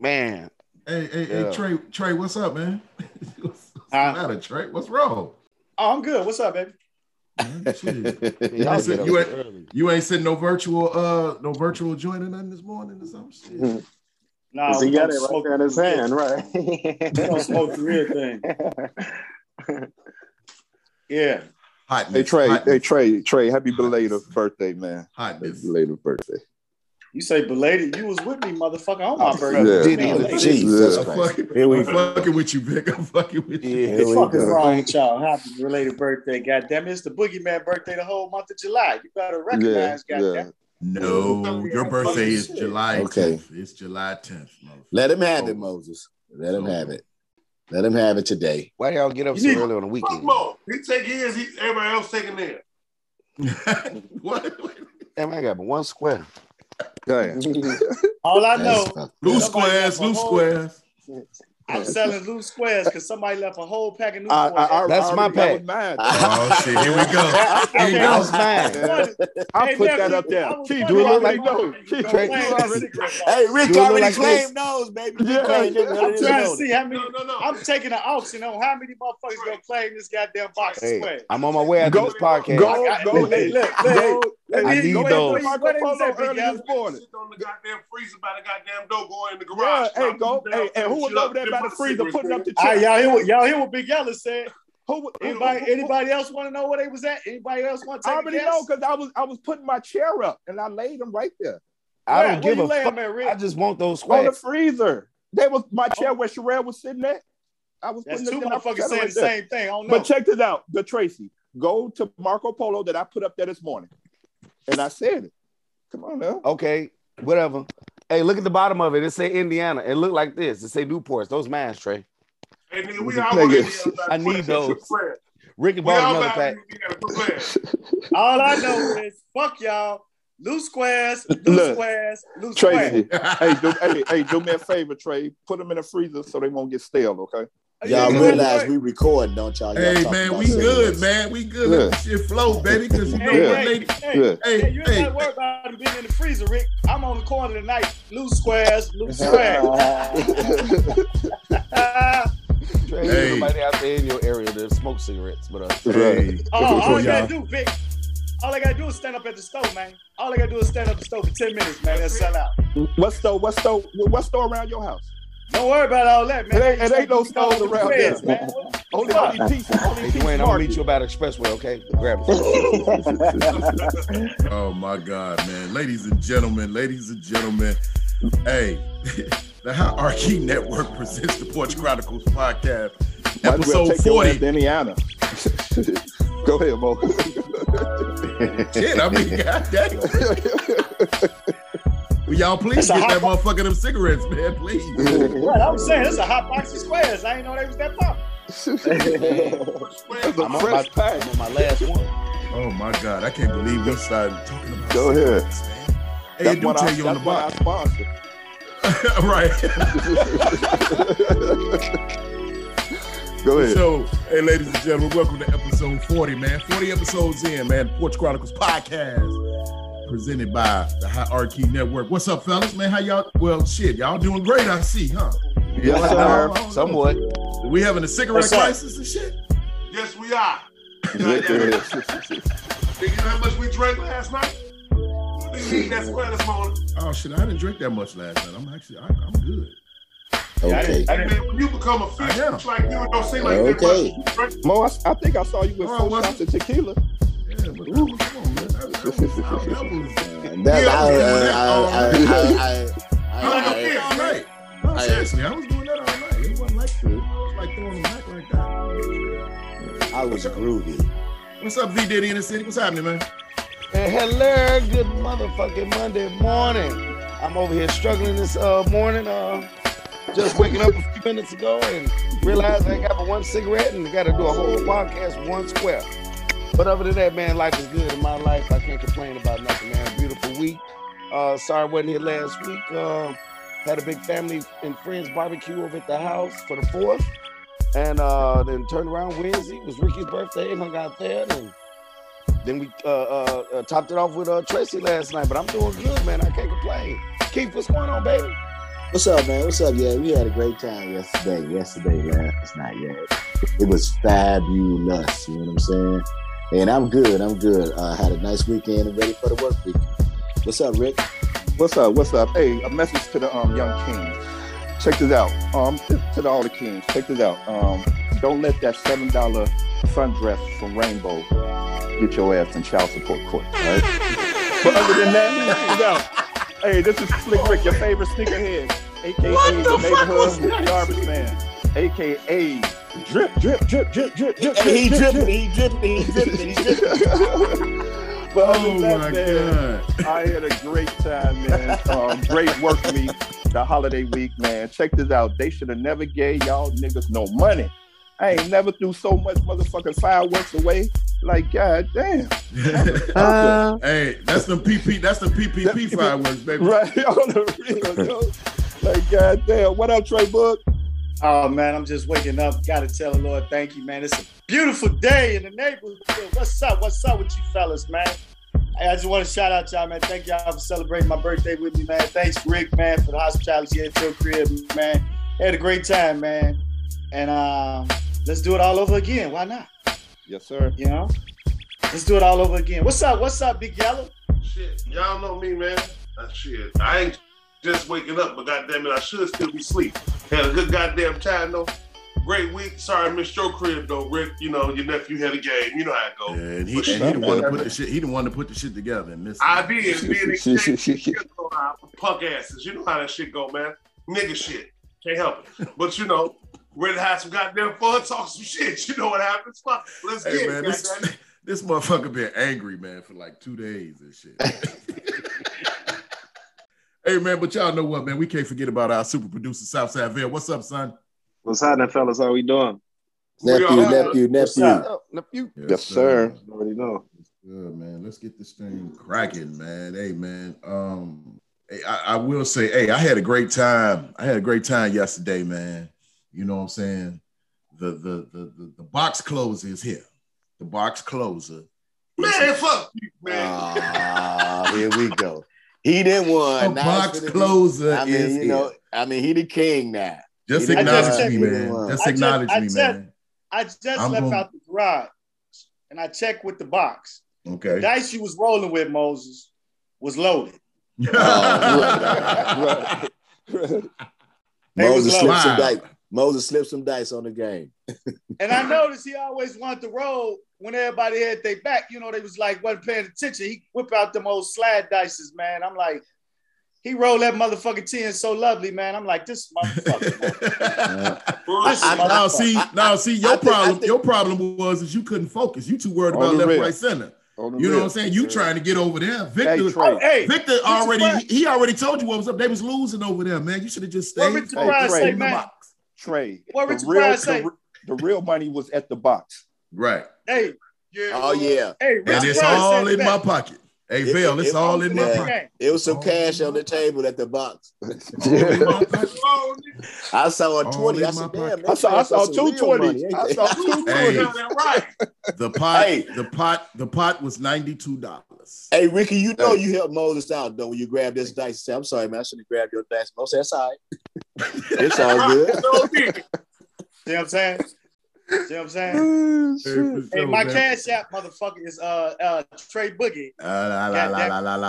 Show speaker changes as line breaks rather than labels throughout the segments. man.
Hey, hey,
Yeah.
hey, Trey, Trey, what's up, man? what's what's
Huh?
the matter, Trey? What's wrong?
Oh, I'm good. What's up, baby?
Man, shit.
Y'all
said
get up
you ain't-
early.
you ain't sitting no virtual, uh, no virtual joint or nothing this morning or some shit.
Nah,
he
we
got
don't
it right
smoke
there in his
the real-
hand, right?
We don't smoke the real thing. Yeah.
Hotness.
Hey Trey,
hotness,
hey Trey, Trey, happy belated birthday, man. Happy
hotness.
belated birthday.
You say belated. You was with me, motherfucker, on my
Oh,
birthday.
Diddy
Man,
with
like,
the G.
Jesus
I'm
Christ.
fucking,
Here we
I'm
go.
fucking with you, Vic. I'm fucking with you.
Yeah.
Here we
fuck is
go.
wrong with y'all? Happy related birthday, goddamn it. It's the boogeyman birthday the whole month of July. You better
Yeah,
recognize,
yeah.
goddamn.
No, your birthday is July
Okay.
10th. It's July 10th. motherfucker.
Let him have it, Moses. Let him have it. Let him have it today.
Why y'all get up so
You need-
early on the weekend?
Mo. He take his, he, everybody else taking theirs.
what?
Damn, I got one square.
Damn.
All I
That's
know,
fuck-
Loose
Somebody
squares,
got my
loose
whole-
squares.
I'm selling loose squares because somebody left a whole pack of new
I, I, I,
That's
I
my
already
pack.
covered mine.
Oh shit! Here we go. Here we
That
go.
was mine.
Yeah. I
Hey,
put
man,
that
we-
up there.
I was
Keith,
wondering
do it
why
look like
we-
no. Keith,
Trey,
you
you
already-
Hey, Rick
You look
already
like
claimed those, baby. Rick
Yeah.
claimed them.
I'm trying to see how many.
No, no, no.
I'm taking an auction on how many motherfuckers gonna claim this goddamn box of
Hey,
squares.
I'm on my way after
Go-
this podcast.
go-
I got-
go-
look,
hey,
look, look.
Go-
Hey,
I
we-
need
Go
go
ahead,
those.
ahead,
play
please. What
Marco Polo
is that, big
early
guy?
this morning.
Shit on the goddamn freezer by the goddamn door going in the
Yeah,
garage.
hey, go, hey, and who was over there by the freezer putting up the
All right,
check?
y'all hear what y'all hear what Big Yella said?
Who, who, who,
Anybody
who-
anybody else want to know where they was at? Anybody else want to
I
take a
already
guess?
know because I was I was putting my chair up and I laid them right there
I
Where-
don't
where
give
you
a
laying,
fuck.
man, Rick? Oh.
I just want those
on the
squares.
freezer. They was my chair where Sherelle was sitting at. I was
That's
putting
two
them down,
motherfuckers
right
saying the
there.
same thing. I don't know.
But check this out, the Tracy. Go to Marco Polo that I put up there this morning, and I said it. Come on now.
Okay, whatever. Hey, look at the bottom of it. It say Indiana. It look like this. It say Newports. Those mines, Trey.
Hey, nigga,
Nigga.
we all wanna be up by
I need
the
those.
freezer.
Ricky
We all
bought another
about
pack.
to be at the freezer.
All I know is fuck y'all. Loose squares, loose
Look,
squares, loose squares.
Tracy, hey, do, hey, hey, do me a favor, Trey. Put them in the freezer so they won't get stale. Okay.
Y'all realize we recording, don't y'all? Y'all
Hey
talking
man,
about
we
cigarettes.
good, man. We good. Let this shit flow, baby. Cause you know
Hey,
what,
hey,
lady.
hey,
Yeah.
Hey,
Hey, you ain't
hey,
gotta worry about him being in the freezer, Rick. I'm on the corner tonight. Loose squares, loose squares. Uh, oh,
Trey,
Hey.
Somebody out there in your area that smoke cigarettes, but uh,
hey.
all I
y'all.
gotta do, Vic. All I gotta do is stand up at the stove, man. All I gotta do is stand up at the stove for 10 minutes, man. That'll sell out.
What store? What store? What store around your house?
Don't worry about all that, man.
It ain't- it ain't no stones
Loose
around
squares,
there.
man. What the
Only,
fuck?
only piece. Only piece.
hey, Dwayne, I'm gonna
market.
meet you about the expressway, okay? Grab it.
Oh my God, man. Ladies and gentlemen, ladies and gentlemen. Hey, the Hierarchy Network presents the Porch Chronicles podcast,
Might as well
episode
take your ass
40.
to Indiana. Go ahead, Mo.
Shit, I mean, God damn. Will y'all please
It's a
get that
hot
motherfucker them cigarettes, man, please.
Right, I'm saying it's a hot box of squares. I ain't know they was that pop.
That's a
I'm on, my,
fresh pack.
I'm on my last one.
Oh my God, I can't believe we started talking about
Go ahead.
cigarettes, man. Hey,
That's
it do
what I-
tell you on the
that's what I
box.
sponsor.
right.
Go ahead.
So, hey, ladies and gentlemen, welcome to episode 40, man. 40 episodes in, man. Porch Chronicles podcast presented by the Hierarchy Network. What's up, fellas, man? How y'all? Well, shit, y'all doing great, I see, huh?
Yes,
sir.
Somewhat.
We having a cigarette
What's up?
crisis and shit?
Yes, we are.
Yes,
Goddamn.
it is.
Nigga, you know how much we drank last night? Nigga, eating that square this morning.
Oh, shit, I didn't drink that much last night. I'm actually, I, I'm good.
Okay.
Hey, man, when you become a fish,
I am.
it's like you don't seem like
Okay.
that much. Drink-
Mo, I, I think I saw you with
Oh,
four
what's-
shots of tequila.
Yeah, but that was- come on, man. That, that was, that was,
And That, I, I,
I was
I, I, I, I,
doing that all night. No,
I-
seriously, I was doing that all night. It wasn't like, it was like throwing them back like that.
I, I was groovy.
What's up, V Diddy in the city? What's happening, man?
Hey, hello, good motherfucking Monday morning. I'm over here struggling this uh, morning. Uh, just waking up a few minutes ago and realized I ain't got but one cigarette and got to do a whole podcast with one square. But other than that, man, life is good in my life. I can't complain about nothing, man. Beautiful week. Uh, sorry I wasn't here last week. Uh, had a big family and friends barbecue over at the house for the fourth. And uh, then turned around Wednesday was Ricky's birthday and hung out there. And then we uh, uh, uh, topped it off with uh, Tracy last night, but I'm doing good, man. I can't complain. Keith, what's going on, baby?
What's up, man? What's up? Yeah, we had a great time yesterday. Yesterday, last night, yeah. It was fabulous. You know what I'm saying? And I'm good. I'm good. I had a nice weekend and ready for the work week. What's up, Rick?
What's up? What's up? Hey, a message to the um, young kings. Check this out. Um, to, to the, all the kings. Check this out. Um, don't let that seven dollar sundress from Rainbow get your ass in child support court. all Right? But other than that, check this out. Hey, this is Slick Rick, your favorite sneakerhead, aka the, neighborhood garbage man, aka drip, drip, drip, drip, drip, drip.
He
drip, drip,
dripping, he dripping, he dripping, he dripping.
but other
Oh
than that,
my
man,
god.
I had a great time, man. Um, great work week, the holiday week, man. Check this out. They should have never gave y'all niggas no money. I ain't never threw so much motherfucking fireworks away. Like, god damn.
Uh,
hey, that's the PP. That's the PPP fireworks, baby.
Right on the real, yo. Like, god damn. What up, Trey Book?
Oh man, I'm just waking up. Gotta tell the Lord, thank you, man. It's a beautiful day in the neighborhood. What's up? What's up with you fellas, man? Hey, I just want to shout out y'all, man. Thank y'all for celebrating my birthday with me, man. Thanks, Rick, man, for the hospitality at your crib, man. Had a great time, man. And um, let's do it all over again. Why not?
Yes, sir.
You know? Let's do it all over again. What's up? What's up, Big Yellow?
Shit, y'all know me, man. Uh, shit, I ain't just waking up, but goddamn it, I should still be asleep. Had a good goddamn time though. Great week. Sorry, I missed your crib though, Rick. You know your nephew had a game. You know how it goes.
And he, and he didn't want to put the shit. He didn't want to put the shit together and miss. it.
I did. Being exchanged, you know how punk asses. You know how that shit go, man. Nigga shit. Can't help it. But you know, ready to have some goddamn fun, talk some shit. You know what happens? Fuck, Let's
Hey
get
man,
it.
this,
goddamn it.
this motherfucker been angry, man, for like two days and shit. hey man, but y'all know what, man? We can't forget about our super producer Southside Vail. What's up, son?
What's happening, fellas? How we doing?
nephew,
We are-
nephew,
What's
nephew.
up, nephew?
Yes, sir.
You already know.
Good man. Let's get this thing cracking, man. Hey man. Um hey, I, I will say, hey, I had a great time. I had a great time yesterday, man. You know what I'm saying? The the the the, the box closer is here. The box closer.
Man, fuck you, man.
Ah, here we go. He didn't
The
won. Now it's
box
gonna be-
closer
I mean,
is
you
here.
know, I mean, he the king now.
Just
He didn't
acknowledge
want-
me,
he didn't
man.
want-
Just
I just-
acknowledge
I
me,
just-
man.
I just
I'm
left
gonna-
out the garage and I checked with the box.
Okay.
Dice you was rolling with Moses was loaded.
Oh,
Right.
They was
Moses
low.
slipped some
Wow.
dice. Moses slipped some dice on the game.
And I noticed he always wanted to roll when everybody had their back. You know, they was like wasn't paying attention. He whip out them old slide dices, man. I'm like, he rolled that motherfucking 10 so lovely, man. I'm like, this motherfucker. man.
Bullshit.
I-
now see,
I-
now see, your
I think- I
problem,
think-
your problem was is you couldn't focus. You too worried
On
about
the
left,
rail.
right, center.
On the
You know
real.
what I'm saying? You trying to get over there.
Hey,
Victor,
oh,
Trey.
hey,
Victor
Price.
already, he already told you what was up. They was losing over there, man. You should have just
Well,
stayed.
Richard
focused
Price say,
in the
man.
box.
Trey.
What
the
Richard
real-
Pryor say?
The, the real money was at the box.
Right,
hey,
Yeah,
Oh
boy.
yeah,
hey, Rich
and it's
Pryor
all
said
in my
that.
pocket. Hey,
It-
Val,
it-
it's
it-
all in my
yeah.
pocket.
it was some
Oh.
cash on the table at the box.
All in my pocket.
Oh, nigga,
I saw a
All
twenty. I
in my
said, "Damn,
pocket.
they
I saw, I
passed
saw
us some
two
real money,
twenties.
ain't
I
they?"
saw two
Hey.
twenties.
down there, right.
The pot,
Hey.
the pot, the pot was ninety two dollars.
Hey Ricky, you know
Hey.
you helped Moses out though when you grabbed this dice. Say, I'm sorry, man. I should have grabbed your dice. Moses, that's all right. it's all good.
So big.
You know what I'm saying? You know what I'm saying?
Hey,
Hey, my cash app motherfucker is uh uh Trey Boogie. Fuck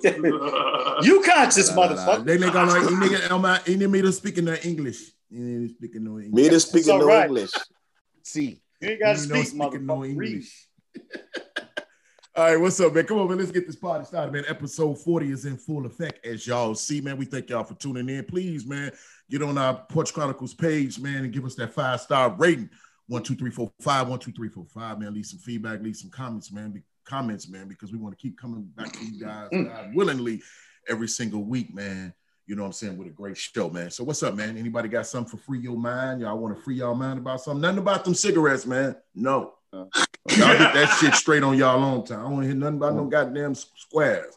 that. you conscious motherfucker.
They nigga like nigga am I any meter speaking no English. You ain't speaking no English.
Me just speaking
all
no
right.
English.
See.
You ain't gotta
You
speak,
ain't no
motherfucker.
speaking no
Read.
English. All right, what's up, man? Come on, man. Let's get this party started, man. Episode 40 is in full effect, as y'all see, man. We thank y'all for tuning in. Please, man, get on our Porch Chronicles page, man, and give us that five star rating. One, two, three, four, five. One, two, three, four, five, man. Leave some feedback, leave some comments, man. Be- comments, man, because we want to keep coming back to you guys
Mm.
God willingly every single week, man. You know what I'm saying? With a great show, man. So what's up, man? Anybody got something for free your mind? Y'all want to free y'all mind about something? Nothing about them cigarettes, man. No. Y'all get that shit straight on y'all own time. I don't want to hear nothing about no goddamn s- squares.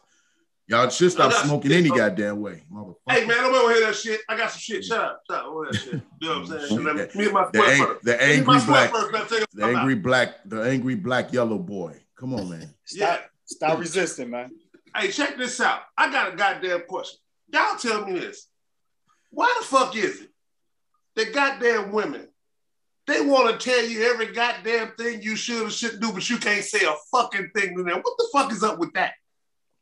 Y'all should stop smoking any goddamn way, motherfucker.
Hey man, nobody wanna hear that shit. I got some shit. Shut up. Shut up. I wanna hear that shit. You know what I'm saying? Let me- Me and my
The,
sweat
ang-
first.
the
Me and my
angry
sweat
black,
first. man. Take it
the
out.
angry black, the angry black yellow boy. Come on, man.
Stop,
Yeah.
stop resisting, man.
Hey, check this out. I got a goddamn question. Y'all tell me this. Why the fuck is it that goddamn women, they want to tell you every goddamn thing you should or shouldn't do, but you can't say a fucking thing to them? What the fuck is up with that?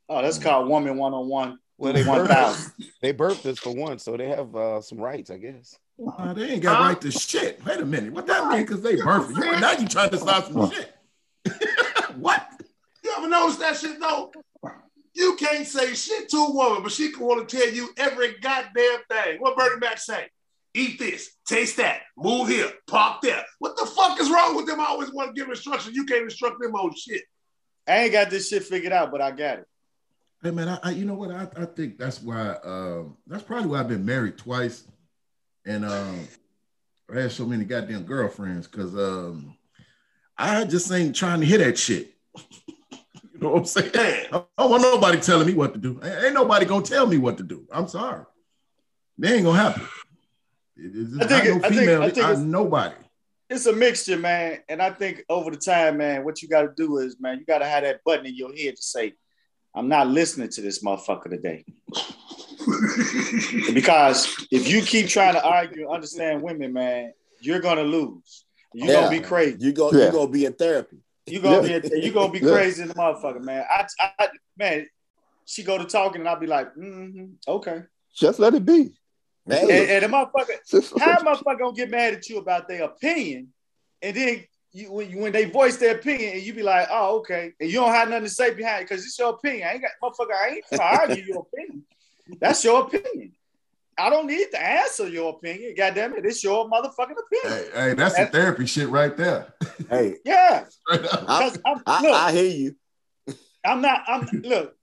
Oh, that's called woman one on one.
Well, they
One
birthed,
thousand.
they birthed us for one, so they have uh, some rights, I guess.
Uh, they ain't got
Huh?
right to shit. Wait a minute. What that mean? Because they birthed you. Now you trying to stop some shit. what?
You ever notice that shit though? You can't say shit to a woman, but she can want to tell you every goddamn thing. What Bernie Mac say? Eat this, taste that, move here, park there. What the fuck is wrong with them? I always want to give instructions. You can't instruct them on shit.
I ain't got this shit figured out, but I got it.
Hey man, I, I you know what? I, I think that's why um that's probably why I've been married twice and um I had so many goddamn girlfriends because um I just ain't trying to hear that shit. you know what I'm saying?
Damn.
I don't want nobody telling me what to do. Ain't ain't nobody gonna tell me what to do. I'm sorry. They ain't gonna happen. It- it's just-
I think
I know
it- I think-
female,
I think
I
it's-
nobody.
It's a mixture, man. And I think over the time, man, what you got to do is, man, you got to have that button in your head to say, I'm not listening to this motherfucker today. Because if you keep trying to argue and understand women, man, you're going to lose. You're going to
Yeah.
be crazy.
You go,
Yeah.
you gonna be in therapy.
You gonna be you gonna be
Yeah.
crazy in the motherfucker, man. I, I man, she go to talking and I'll be like, mm okay.
Just let it be.
And,
Hey,
and the motherfucker,
Just-
how a motherfucker gonna get mad at you about their opinion, and then you when you when they voice their opinion and you be like, oh okay, and you don't have nothing to say behind it because it's your opinion. I ain't got motherfucker. I ain't trying to argue your opinion. That's your opinion. I don't need to answer your opinion. God damn it, it's your motherfucking opinion.
Hey, hey, that's the
That's-
therapy shit right there.
hey,
Yeah,
Straight up.
I,
'cause I'm-
I,
look.
I hear you.
I'm not. I'm look.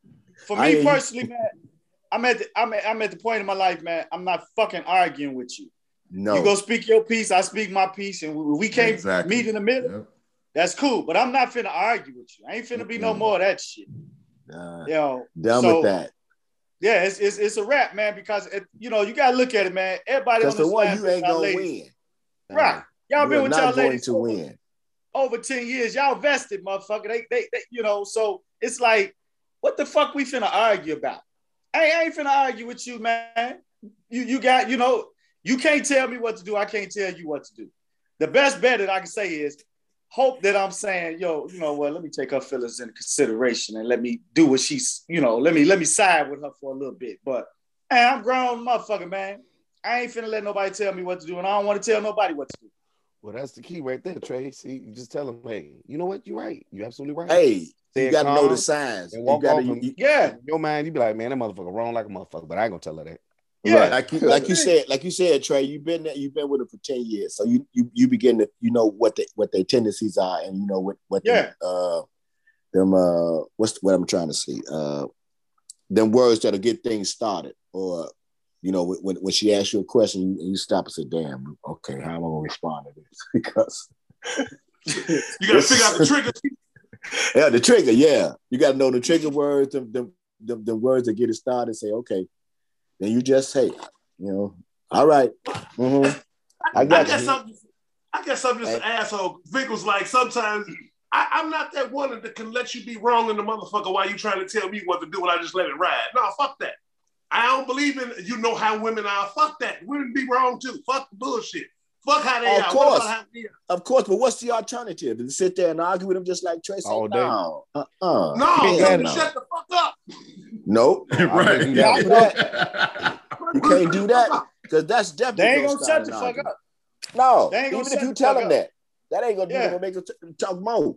For
I hear
me
you.
personally, man, I'm at the, I'm at, I'm at the point in my life, man. I'm not fucking arguing with you.
No,
You go speak your piece, I speak my piece, and we, we can't
Exactly.
meet in the middle.
Yep.
That's cool, but I'm not finna argue with you. I ain't finna be no
Mhm.
more of that shit.
Nah,
You know,
done
So-
with that.
yeah, it's it's, it's a wrap, man. Because it, you know you gotta look at it, man. Everybody on
Because the
this
one
line
you
with
ain't
y'all
gonna
ladies.
win.
Right. Y'all
Y'all
been
You're
with y'all
not going
ladies
to
over-
win.
over 10 years. Y'all vested, motherfucker. They, they, they, you know, so it's like, what the fuck we finna argue about? I, I ain't finna argue with you, man. You, you got, you know, you can't tell me what to do. I can't tell you what to do. The best bet that I can say is hope that I'm saying, yo, you know what, let me take her feelings into consideration and let me do what she's, you know, let me let me side with her for a little bit. But hey, I'm grown motherfucker, man. I ain't finna let nobody tell me what to do, and I don't want to tell nobody what to do.
Well, that's the key right there, Trey. See, you just tell them, hey, you know what? You're right. You're absolutely right.
Hey,
Stay
you got to know
calm.
the signs.
and
You
walk
gotta,
off
you,
and-
you-
Yeah.
In your mind, you be like, man, that motherfucker wrong like a motherfucker, but I ain't gonna tell her that.
Yeah.
Right.
like you, like you said, like you said, Trey, you've been there, you've been with them for ten years, so you you you begin to you know what the, what their tendencies are, and you know what what them, uh them uh what's what I'm trying to see uh them words that'll get things started, or you know when- when when she asks you a question, you, you stop and say, "Damn, okay, how am I gonna respond to this?" because
You gotta figure out the triggers.
yeah, the trigger, yeah, you got to know the trigger words, the the the words that get it started. Say, okay, then you just say, you know, all right, mhm."
I,
I got
guess
you.
I'm just, I guess I'm just an asshole. Vic was like, sometimes I, I'm not that one that can let you be wrong in the motherfucker while you trying to tell me what to do and I just let it ride. No, fuck that. I don't believe in you know how women are. Fuck that. Women be wrong too. Fuck the bullshit. Fuck how they
Of
are. What
course.
about how they are?
Of course, but what's the alternative? To sit there and argue with them just like Tracy?
All day.
No. Uh-uh.
No,
Yeah,
yeah,
no.
shut the fuck up.
Nope.
right.
do that.
You can't do that because that's definitely
They ain't
gonna
gonna
start
shut the
an
fuck
argument.
up.
No.
They ain't gonna
Even
shut
if you
the
tell
fuck
them
up.
that, that ain't gonna,
Yeah.
yeah. gonna make them t- talk more.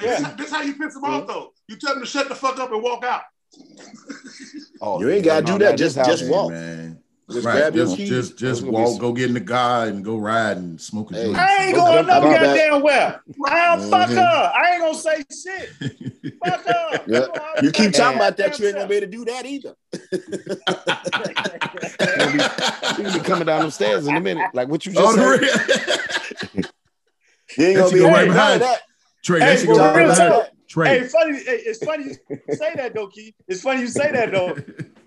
This,
Yeah.
this how you piss them
Mm-hmm.
off though. You tell them to shut the fuck up and walk out.
Oh,
You ain't gotta do that. Just- just
Hey,
walk.
man.
Just
right.
grab your
just,
keys.
just just
Those gonna be
walk,
some-
go get in the car and go ride and smoke a
Hey.
joint.
I ain't
Go
going no
dump it.
goddamn well. I don't fuck
Mhm.
her. I ain't gonna say shit. Fuck her.
Yeah. You keep talking about that, you ain't gonna be
be.
able to do that either.
You be coming down them stairs in a minute. Like what you just
Oh, the
said.
real.
You ain't
That
gonna
she
be
go
able
right
to do
behind
that.
Trey,
Hey,
that should go
for
right
real
behind.
talk. Hey,
Trey.
funny. hey, It's funny you say that though, Keith. It's funny you say that though.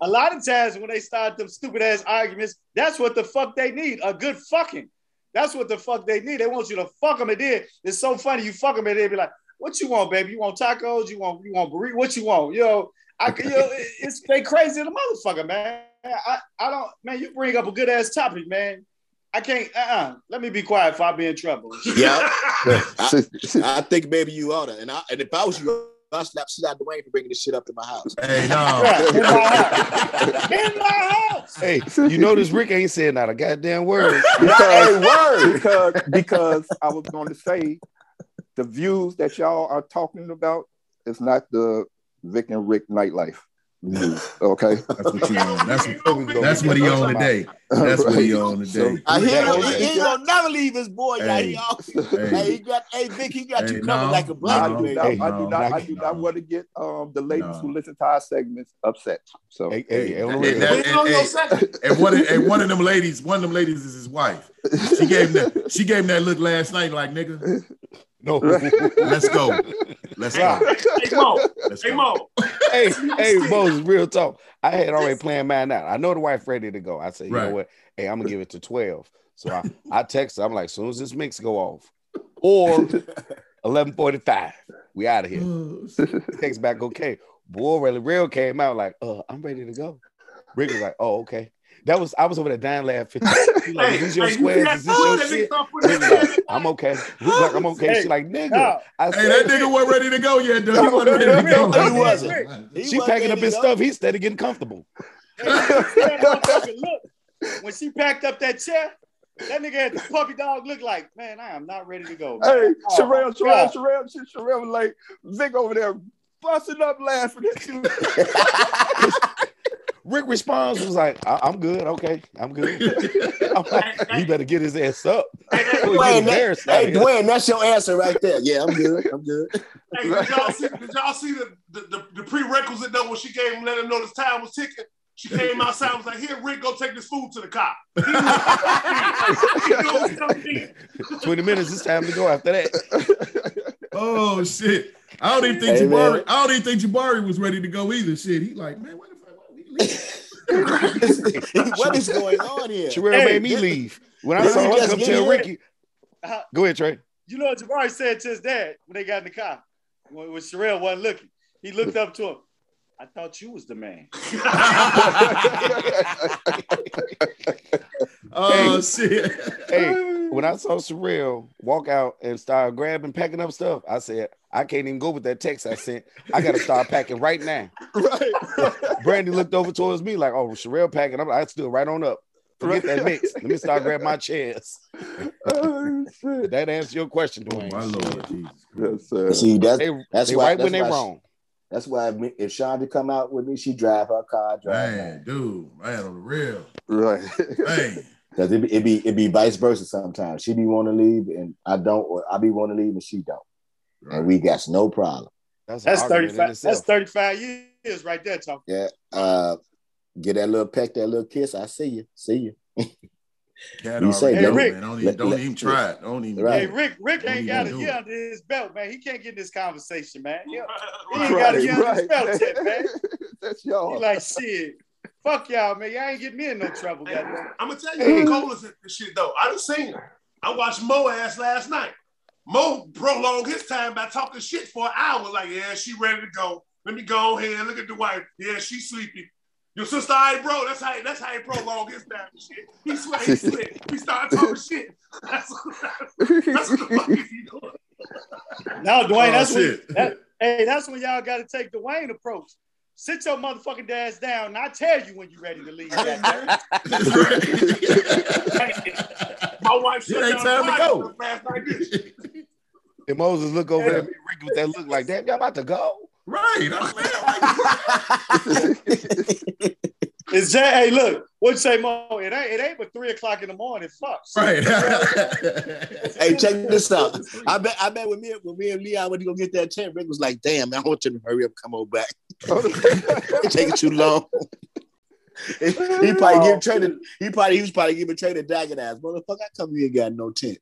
A lot of times when they start them stupid ass arguments, that's what the fuck they need. A good fucking. That's what the fuck they need. They want you to fuck them and then it's so funny. You fuck them and they be like, what you want, baby? You want tacos? You want you want burrito? What you want? Yo, I, you know, it- it's they crazy in the motherfucker, man. I, I don't, man. You bring up a good ass topic, man. I can't. Uh, uh let me be quiet if I be in trouble.
Yeah, I think maybe you oughta. And I and if I was you, I'd slap shit out of Dwayne for bringing this shit up to my house.
Hey, no.
Right, in my house. In my house.
Hey, you notice Rick ain't saying not a goddamn word.
because, because because I was going to say the views that y'all are talking about is not the Vic and Rick nightlife. views, okay,
That's what you on. That's what,
That's
that's what he on today. That's what he on today.
I hear
Yeah,
he, he ain't gonna never leave his boy. Yeah,
Hey,
he always.
hey.
Hey. he got. Hey, Vic, he got
Hey,
you covered
no,
like a
I
blanket.
do
man.
not. I do
No,
not. I do
no.
not want to get um, the ladies
No.
who listen to our segments upset. So
Hey, hey, on the
Hey,
real.
that-
Wait on
hey,
your
hey.
second.
And one, of, and one of them ladies, one of them ladies is his wife. She gave him that. She gave him that look last night, like nigga.
no.
Let's go. Let's go.
Hey, Mo.
Let's
Hey,
go.
Mo.
hey, hey, Moses, real talk. I had already planned mine out. I know the wife ready to go. I said, you
Right.
know what? Hey, I'm gonna give it to 12. So I, I text her. I'm like, soon as this mix go off, or 11:45, we out of here. Text back, okay. Boy, really, real came out like, uh, I'm ready to go. Rick was like, oh, okay. That was I was over there dying laughing. He like,
Hey,
is this your
hey, you
squares?
see that
Is this
"Oh,
your
food that they
shit?
start putting in
Rick was
there?
like, I'm okay. Rick was like, I'm okay. She like, nigga.
No.
I
Hey, that
said,
nigga wasn't ready to go yet, though.
He wasn't ready to go.
He
He wasn't. He
she
wasn't
packing up
ready,
his
though.
stuff. He's steady getting comfortable.
That motherfucker look, when she packed up that chair, that nigga had the puppy dog look like, man, I am not ready to go. man."
Hey,
Oh,
Sherelle,
my God.
Sherelle, Sherelle, Sherelle, Sherelle, was like Vic over there busting up laughing at you.
Rick responds was like, I- am good, okay, I'm good." I'm like, "You better get his ass up."
Hey,
Boy, you
Dwayne,
embarrassed out
Hey,
here.
Dwayne, that's your answer right there. Yeah, I'm good. I'm good.
Hey, did y'all see, did y'all see the, the, the, the prerequisite though when she gave him, let him know this time was ticking? She came outside and was like, here, Rick, go take this food to the cop. He knew it was coming in.
Twenty minutes. It's time to go. After that,
Oh shit! I don't even think
Hey,
Jabari.
man.
I don't even think Jabari was ready to go either. Shit, he like, man, what the fuck? Why we leaving?
what is going on here?
Sherelle
Hey,
made me
this-
leave when I
this
saw
is
her
just
come
getting
tell
ready.
Ricky.
Uh,
Go ahead, Trey.
You know what Jabari said to his dad when they got in the car? When, when Sherelle wasn't looking, he looked up to him. I thought you was the man.
Oh shit!
Hey, when I saw Sherelle walk out and start grabbing, packing up stuff, I said, "I can't even go with that text I sent. I got to start packing right now." Brandy looked over towards me like, "Oh, Sherelle packing." I'm like, "I stood right on up. Forget that mix. Let me start grabbing my chairs."
oh, shit.
That answers your question,
Oh
Dwayne.
my lord, Jesus!
Yes, sir.
See, that's
They,
That's
they
why-
right when
that's
they
why she-
wrong.
that's why if, me- if Shonda come out with me, she drive her car, I drive.
Man, dude, man, on the real,
Right.
man.
Because it be, it be it be vice versa sometimes. She be want to leave and I don't, or I be want to leave and she don't, and we got no problem.
That's,
That's
an argument in
35. That's
itself.
35 years right there, Tom.
Uh, get that little peck, that little kiss. I see you, see you.
Cat
You say
already
that-
know,
Rick.
man. Don't even,
Let-
don't
let-
even try it. Don't even.
Right.
Hey, Rick, Rick
What are
ain't
you
got a
gonna do?
year under his belt, man. He can't get in this conversation, man. He he ain't got a
Right,
year under his
right.
belt yet, man.
That's y'all.
He like, shit, fuck y'all, man. Y'all ain't getting me in no trouble, goddamn.
I'm gonna tell you, Nicole is at this shit though. I done seen her. I watched Mo ass last night. Mo prolonged his time by talking shit for an hour. Like, yeah, she ready to go. Let me go here. Look at the wife. Yeah, she sleepy. Your sister, all right, bro. That's how that's how he prolonged his time. and Shit. He sweat, he sweat. He started talking shit. That's, that's what the fuck is he doing.
No, Dwayne, that's
oh,
what
shit.
that- Hey, that's when y'all got to take the Wayne approach. Sit your motherfucking ass down, and I tell you when you're ready to leave. goddamn.
That's right.
My wife
It
shut
ain't
down
time
the
to go.
podcast last night. didn't she?
And Moses look over at me, Ricky, with that look like, damn, y'all about to go?
right. I'm mad. Like,
It's Jay. Hey, look, what you say, Mo? Oh, It ain't it ain't but three o'clock in the morning. Fuck.
right.
Hey, check this out. I bet I bet when me when me and Leon went to go get that tent, Rick was like, "Damn, man, I want you to hurry up, come on back.
Oh,
It taking too long." he probably give Trey the, he probably he was probably giving Trey the dagger ass motherfucker. I come here and got no tent.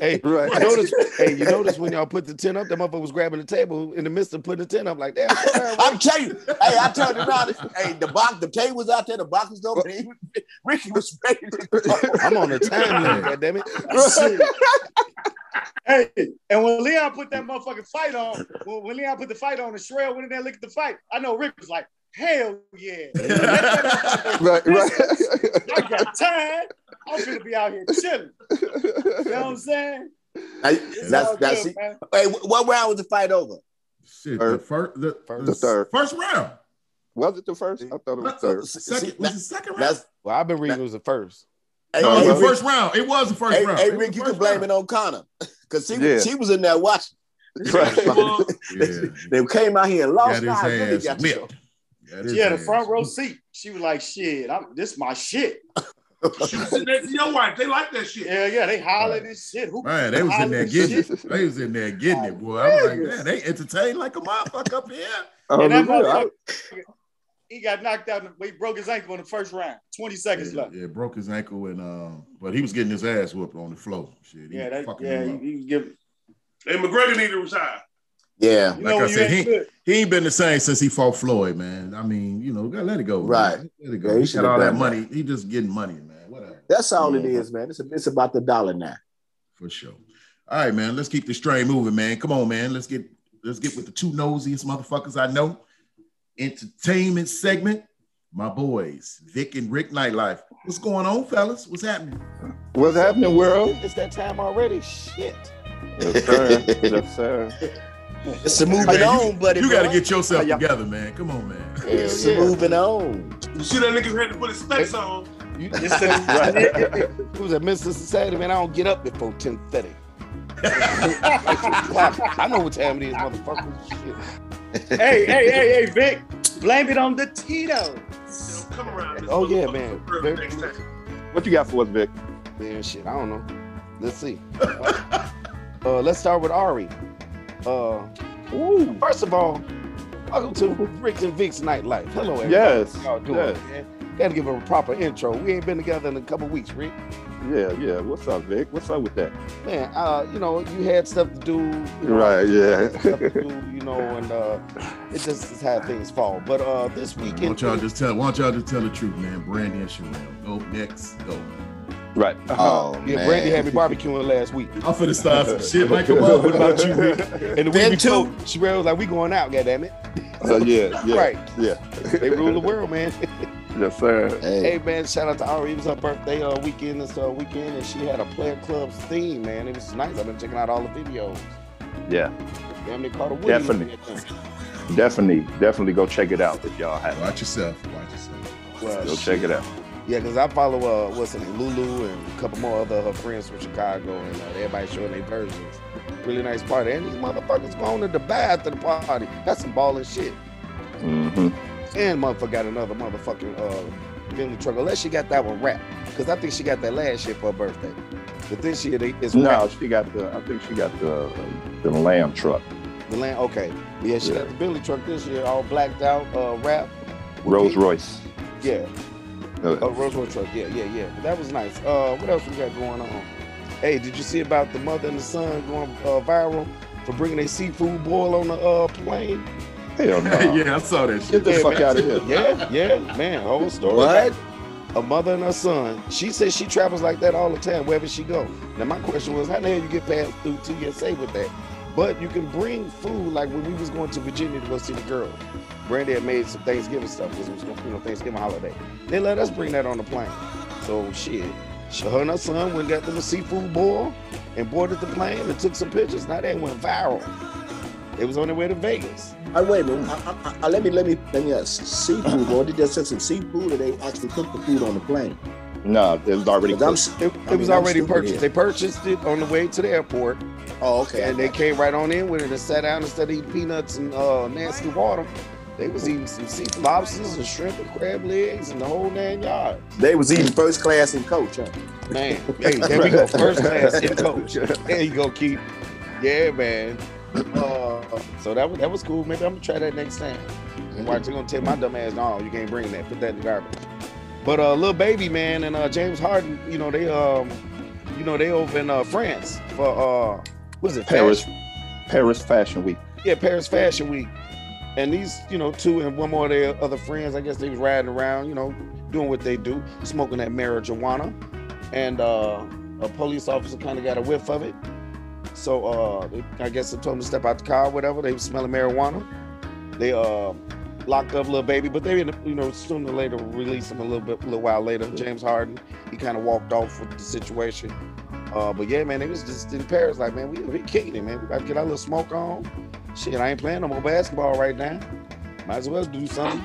Hey,
Right.
you notice, hey, you notice when y'all put the tent up, that motherfucker was grabbing the table in the midst of putting the tent up like, damn, come here, Rick."
I'm telling you, hey, I turned around. Hey, the box, the table was out there, the box was open. and he- Ricky was ready. To go.
I'm on the time limit, goddammit.
Shit.
Hey, and when Leon put that motherfucking fight on, when, when Leon put the fight on and Sherelle went in there look at the fight, I know Rick was like, hell yeah.
Right, right.
I got time. I'm gonna be out here chilling. You know what I'm saying?
Now,
It's
that's
all
that's.
good, man.
Hey, wh- what round was the fight over?
Shit, the
Third.
first, the,
First.
the
The third.
first round.
Was it the first? I thought it was third.
Second, was it second round?
That's
Well, I've been reading it was the first.
hey,
no, it
hey,
was the
Rick-
first round. It was the first
hey,
round.
hey,
It was
Rick,
the
you
first
can blame
round.
it on Connor because she
Yeah.
she was in there watching.
Right.
They came out here and lost.
um, Got
Nah, I really
his
got
ass
you.
whipped. Got his
Yeah, the
ass
front row seat. She was like, shit, I'm this my shit.
She was sitting next to your wife. They like that shit.
Yeah, yeah, they hollered and shit. Who
Man, they was in there getting it. They was in there getting it, boy. I was like,
Yes.
man, they entertained like a motherfucker up here.
Oh,
And that
yeah, I-
motherfucker, he got knocked out. in the- He broke his ankle in the first round. Twenty seconds
Yeah,
left.
yeah, broke his ankle and um, but he was getting his ass whooped on the floor. Shit, he
Yeah, that,
fucking
yeah.
him
You,
up.
you give. You
Hey, McGregor need to retire.
Yeah,
Like I
know when you
said,
ain't
he-
good.
He ain't been the same since he fought Floyd, man. I mean, you know, gotta let it go. man.
Right.
Let it
Yeah,
go.
he
he got
should've
all that
done
money. He just getting money, man. Whatever.
that's all it
Yeah.
is, man. It's a, it's about the dollar now.
For sure. All right, man. Let's keep this train moving, man. Come on, man. Let's get let's get with the two nosiest motherfuckers I know. Entertainment segment. My boys, Vic and Rick Nightlife. What's going on, fellas? What's happening?
What's happening, world?
It's that time already. Shit.
Yes, sir. yes, sir.
It's a moving
Man, you-
on, buddy.
You gotta
boy.
get yourself
How y'all-
together, man. Come on, man.
It's
Yeah.
a moving on.
You see that nigga had to put his specs on.
You,
It's the-
it was at Mr. Society, man. I don't get up before 10.30. I know what time it is, motherfucker. Shit.
hey, hey, hey, hey, Vic. Blame it on the Tito.
You know, come around. this
Oh, yeah,
motherfucker
man.
for
Very-
next time.
What you got for us, Vic?
Man, shit, I don't know. Let's see. uh, let's start with Ari. Uh,
Ooh.
first of all, welcome to Rick and Vic's Nightlife. Hello, everybody.
Yes.
How y'all doing,
yes.
man? Gotta give a proper intro. We ain't been together in a couple weeks, Rick.
Yeah, yeah. What's up, Vic? What's up with that?
Man, uh, you know, you had stuff to do. you know,
Right,
Stuff
yeah.
to do, you know, and uh, it just is how things fall. But uh, this
Why
weekend,
don't y'all just tell why don't y'all just tell the truth, man? Brandy and Sherelle. Go next, go.
right.
Oh,
yeah,
man.
Brandy had me barbecuing last week.
I'm finna start some shit like a mother. What about you, Rick?
And the
Them
week before, Sherelle was like, we going out, goddammit.
Uh, yeah, yeah.
Right.
Yeah.
They rule the world, man.
Yes, sir.
Hey
Hey,
man, shout out to Ari. It was her birthday uh, weekend this uh, weekend, and she had a player club's theme. Man, it was nice. I've been checking out all the videos.
Yeah.
Damn, they caught a Woody.
Definitely. Definitely, definitely go check it out if y'all haven't.
Watch yourself. Watch yourself.
Well,
Go check it out.
Yeah, because I follow uh, what's her name, Lulu, and a couple more other her friends from Chicago, and uh, everybody showing their versions. Really nice party, and these motherfuckers going to Dubai after the party. That's some balling shit.
Mm-hmm.
hmm
And motherfucker got another motherfucking uh Bentley truck. Unless she got that one wrapped, because I think she got that last year for her birthday. But this year they, it's wrapped.
No, she got the. I think she got the uh, the lamb truck,
The land, okay. Yeah, she got the Bentley truck this year, all blacked out, uh, wrap.
Rolls Royce.
Yeah,
Uh,
oh, Rolls Royce truck. Yeah, yeah, yeah. But that was nice. Uh, what else we got going on? Hey, did you see about the mother and the son going uh, viral for bringing their seafood boil on the uh, plane?
Hell no.
yeah, I saw that
Get
shit.
the
Yeah,
fuck
man.
out of here.
Yeah, yeah, man. Whole story.
what?
A mother and her son. She says she travels like that all the time, wherever she go. Now my question was, how the hell you get past through TSA with that? But you can bring food, like when we was going to Virginia to go see the girl. Brandy had made some Thanksgiving stuff because it was gonna be on Thanksgiving holiday. They let us bring that on the plane. So shit. She- Her and her son went and got them a seafood boil and boarded the plane and took some pictures. Now that went viral. It was on their way to Vegas.
Uh, wait a minute. I, I, I, let me let me let me ask. Seafood, boy. Did they sell some seafood, or they actually cooked the food on the plane?
No, it was already.
'Cause I'm
cooked.
s-
It,
I
it was
mean, I'm
already
stupid
purchased.
here.
They purchased it on the way to the airport.
oh, okay.
and they came right on in with it and sat down instead of eating peanuts and uh, nasty water. They was eating some sea lobsters and shrimp and crab legs and the whole nine yards.
They was eating first class in coach. Huh?
Man, hey, there we go, first class in coach. There you go, Keith. Yeah, man. Uh, so that was that was cool. Maybe I'm gonna try that next time. And watch, they're gonna tell my dumb ass, no, you can't bring that. Put that in the garbage. But uh, little baby man and uh, James Harden, you know they um, you know they over in uh, France for uh, was it
Paris, Paris Fashion Week.
yeah, Paris Fashion Week. And these, you know, two and one more of their other friends, I guess they was riding around, you know, doing what they do, smoking that marijuana. And uh, a police officer kind of got a whiff of it. So uh, they, I guess they told him to step out the car, whatever. They was smelling marijuana. They uh, locked up little baby, but they, end up, you know, sooner or later released him a little bit, a little while later. James Harden, he kind of walked off with the situation. Uh, but yeah, man, they was just in Paris, like, man, we we kicking it, man. We about to get our little smoke on. Shit, I ain't playing no more basketball right now. Might as well do something.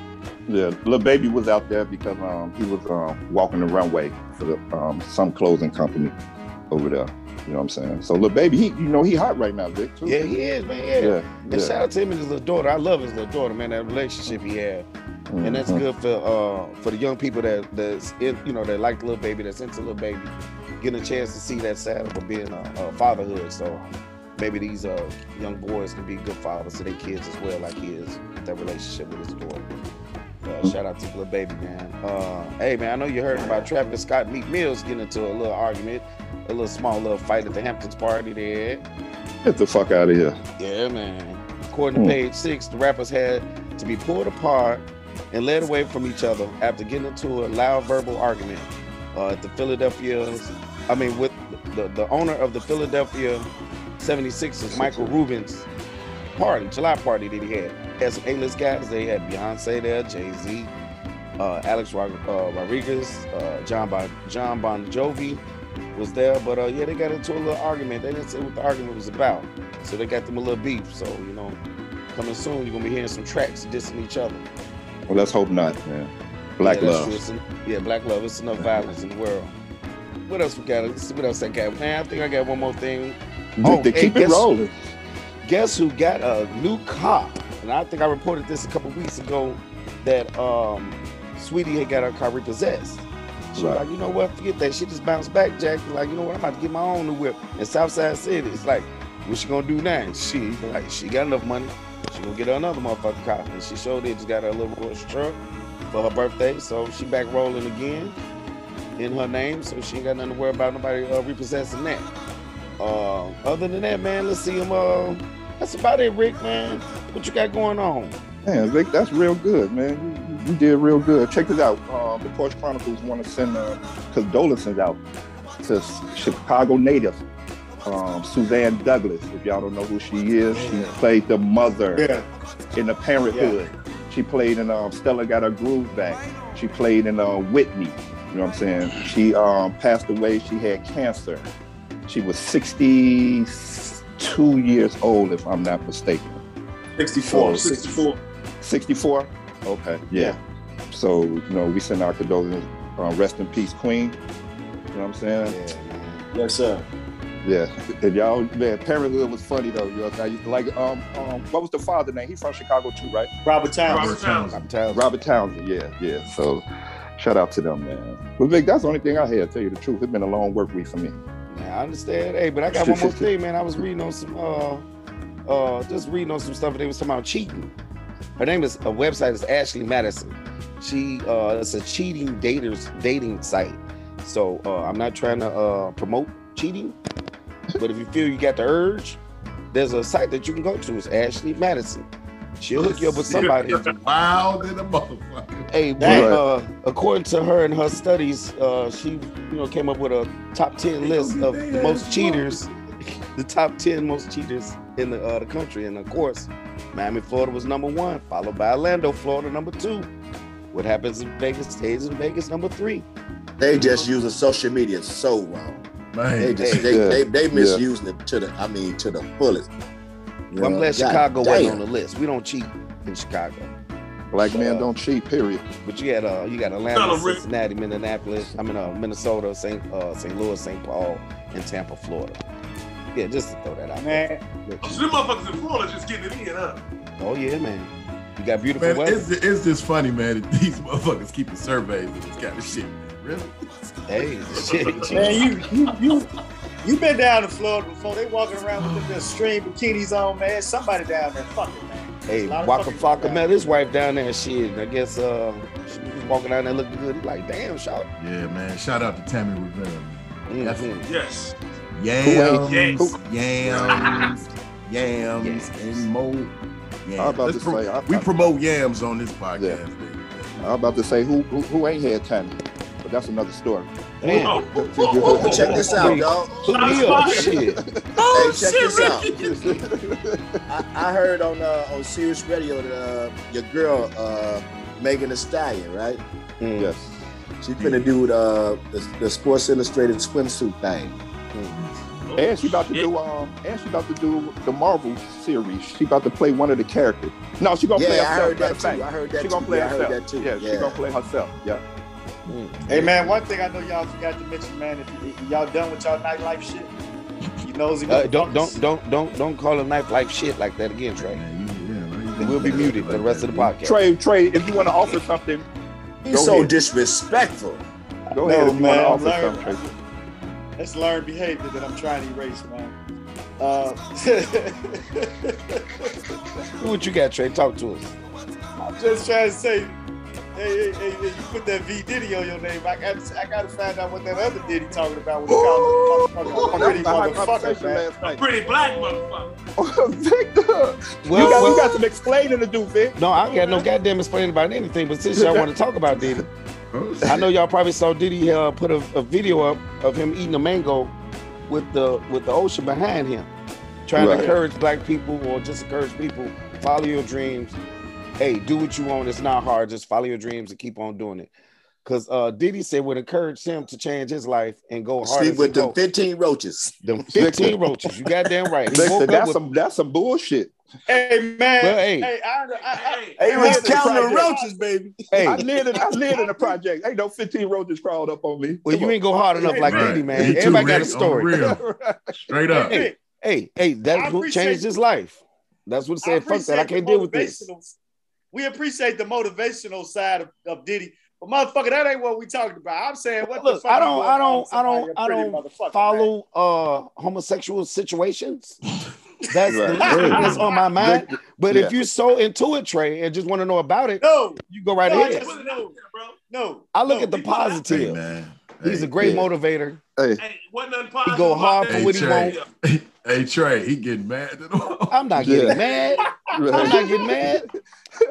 Yeah, little baby was out there because um, he was um, walking the runway for the, um, some clothing company over there. You know what I'm saying? So little baby, he you know he hot right now, Vic. Too.
Yeah, he is, man. Yeah.
yeah,
And shout out to him and his little daughter. I love his little daughter, man. That relationship he had. and
Mm-hmm.
that's good for uh for the young people that that's in, you know that like little baby that's into little baby getting a chance to see that side of being a, a fatherhood so maybe these uh young boys can be good fathers to their kids as well like he is with that relationship with his daughter
Mm-hmm.
uh, shout out to little baby man uh hey man i know you heard about travis scott meek mills getting into a little argument a little small little fight at the hamptons party there
Get the fuck out of here.
yeah, man. According to
Hmm.
page six, the rappers had to be pulled apart and led away from each other after getting into a loud verbal argument uh, at the Philadelphia's, I mean, with the, the owner of the Philadelphia 76ers, Michael Rubin's party, July party that he had. Had some A-list guys. They had Beyonce there, Jay-Z, uh, Alex Rod- uh, Rodriguez, uh, John, bon- John Bon Jovi was there. But uh, yeah, they got into a little argument. They didn't say what the argument was about. So they got them a little beef. So, you know, coming soon, you're going to be hearing some tracks dissing each other.
Well, let's hope not, man. Black
yeah, that's
love.
true. It's en- yeah, black love. It's enough violence in the world. What else we got? Let's see what else I got. Man, I think I got one more thing. Oh,
they
hey,
keep it
guess-
rolling.
Guess who got a new cop? And I think I reported this a couple weeks ago that um, Sweetie had got her car repossessed. She was
Right.
like, you know what? Forget that. She just bounced back, Jack. Like, you know what? I'm about to get my own new whip in Southside City. It's like, what she gonna do now? She like, she got enough money. She gonna get her another motherfucking car. And she showed it. Just got her a little Rolls truck for her birthday. So she back rolling again in her name. So she ain't got nothing to worry about. Nobody uh, repossessing that. Uh, other than that, man, let's see him. Uh, that's about it, Rick, man. What you got going on?
Man, Vic, that's real good, man. You, you did real good. Check this out. Um, the Porch Chronicles want to send uh, condolences out to s- Chicago native um, Suzanne Douglas. If y'all don't know who she is, she played the mother
Yeah.
in the Parenthood. She played in um, Stella Got Her Groove Back. She played in uh, Whitney. You know what I'm saying? She um, passed away. She had cancer. She was 62 years old, if I'm not mistaken.
64.
Oh,
64.
64? Okay. Yeah. So, you know, we send our condolences. Uh, rest in peace, Queen. You know what I'm saying?
Yes, sir.
Yeah. And y'all, man, Parenthood was funny though. You know, I used to like, um, um, what was the father name? He's from Chicago too, right?
Robert Townsend.
Robert Townsend.
I'm tired.
Robert Townsend. Yeah, yeah. So, shout out to them, man. But Vic, that's the only thing I had. Tell you the truth, it's been a long work week for me.
Yeah, I understand. Hey, but I got one more thing, man. I was reading on some, uh, uh, just reading on some stuff, and they was talking about cheating. Her name is a website is Ashley Madison. She, uh, it's a cheating daters dating site. So uh, I'm not trying to uh, promote cheating, but if you feel you got the urge, there's a site that you can go to. It's Ashley Madison. She'll hook you up with somebody.
Wild in the motherfucker.
Hey,
Dang.
but, uh, according to her and her studies, uh, she you know came up with a top ten list of the most cheaters, the top ten most cheaters in the uh, the country, and of course, Miami, Florida was number one, followed by Orlando, Florida, number two. What happens in Vegas stays in Vegas, number three.
They just using social media so wrong. They
Man.
just they
Yeah.
they, they misusing it to the I mean to the fullest. You
Well, I'm
know,
glad
God
Chicago
damn.
wasn't on the list. We don't cheat in Chicago.
Black
Uh,
men don't cheat, period.
But you had uh, you got Atlanta,
Tell 'em, Rick.
Cincinnati, Minneapolis. I mean, uh, Minnesota, St. Uh, St. Louis, St. Paul, and Tampa, Florida. Yeah, just to throw that out. there.
Man,
Oh, So them motherfuckers in Florida just getting it in, huh?
Oh yeah, man. You got beautiful
Man,
weather.
it's, it's just funny, man, that these motherfuckers keeping surveys and this kind of shit. Really?
Hey, shit.
man, you you you you been down to Florida before. They walking around with them, their stream bikinis on, man. Somebody down there. Fuck it, man.
hey,
A lot of
Waka
fucking
Flocka
people
met his wife down there. and Shit, and I guess uh, she was walking down there looking good. He like, damn, shot.
Yeah, man. Shout out to Tammy Rivera. man.
Mhm.
Yes.
Yams,
ain't-
yams, yams, and mo.
Uh,
Yams.
I was about
Let's
to
pro-
say, I-
we
I-
promote yams on this podcast.
Yeah.
baby.
I'm about to say who who, who ain't had time. but that's another story.
Damn.
But check this out, dog.
Hook me up. Shit.
Hey,
Oh,
check this
shit,
out. I, I heard on uh, on Sirius Radio that uh, your girl uh, Megan Thee Stallion, right?
Mm.
Yes.
She finna do uh, the the Sports Illustrated swimsuit thing.
And she about to do um and she about to do the Marvel series. She about to play one of the characters. No, she gonna play
yeah, I
herself. matter
heard that
of
too.
fact.
I heard that
She
too.
gonna play
yeah, I
herself.
heard that too.
Yeah, she gonna play herself. Yeah.
Hey man, one thing I know y'all forgot to mention, man, if y- y'all done with y'all nightlife shit, you nosy.
Uh, don't
motherfuckers.
don't don't don't don't call a knife like shit like that again, Trey. We'll be muted for the rest of the podcast.
Trey, Trey, if you wanna offer something,
He's
Go
so
ahead.
disrespectful.
go ahead if
No,
you
man,
wanna
learn.
offer something, Trey.
That's learned behavior that I'm trying to erase, man. Uh,
What you got, Trey? Talk to us.
I'm just trying to say, hey, hey, hey, hey, you put that V Diddy on your name. I got, I got to find out what that other Diddy talking about when he called him a motherfucker, a pretty
That was our
motherfucker,
conversation
man.
last night.
Pretty black motherfucker.
Victor, you, got, you got some explaining to do, Vic.
no, I ain't got no goddamn explaining about anything. But since y'all want to talk about Diddy, I know y'all probably saw Diddy uh, put a, a video up of him eating a mango with the with the ocean behind him, trying
Right.
to encourage black people or just encourage people follow your dreams. Hey, do what you want. It's not hard. Just follow your dreams and keep on doing it. Cause uh, Diddy said would encourage him to change his life and go hard.
Sleep
as he
with the
go.
fifteen roaches.
Them 15 roaches. You goddamn right. He woke
Victor,
up
that's
with-
some that's some bullshit.
Hey, man.
Well, hey.
hey, I, I,
Hey,
I,
He was
Listen,
counting the
Project.
roaches, baby.
I
hey,
lived in I lived in a project. Ain't no 15 roaches crawled up on me.
well, you ain't go hard enough like
Right.
Diddy, man.
You too,
Everybody
Rick,
got a
on the
story.
real. Straight up.
Hey, Hey, hey,
I
that book
appreciate-
changed his life. That's what it said. Fuck that. I can't deal with this.
motivational- We appreciate the motivational side of, of Diddy, but motherfucker, that ain't what we talking about. I'm saying what the
Look,
fuck
I
you
don't,
want
I don't,
from
I don't,
somebody, a
I
pretty
don't
motherfucker, man?
follow uh homosexual situations. That's the
Right.
thing that's on my mind. But if
Yeah.
you're so into it, Trey, and just want to know about it,
No,
you go right
No, I
ahead.
just-
put it out there, bro.
no.
I look
no,
at the
we put it out there.
Hey,
positive.
man.
He's
hey,
a great
yeah.
motivator.
Hey,
Hey, wasn't nothing positive.
He go
about
hard
that.
for what he
Hey,
wants.
hey, Trey, he getting mad at all.
I'm not
Yeah.
getting mad. I'm not getting mad.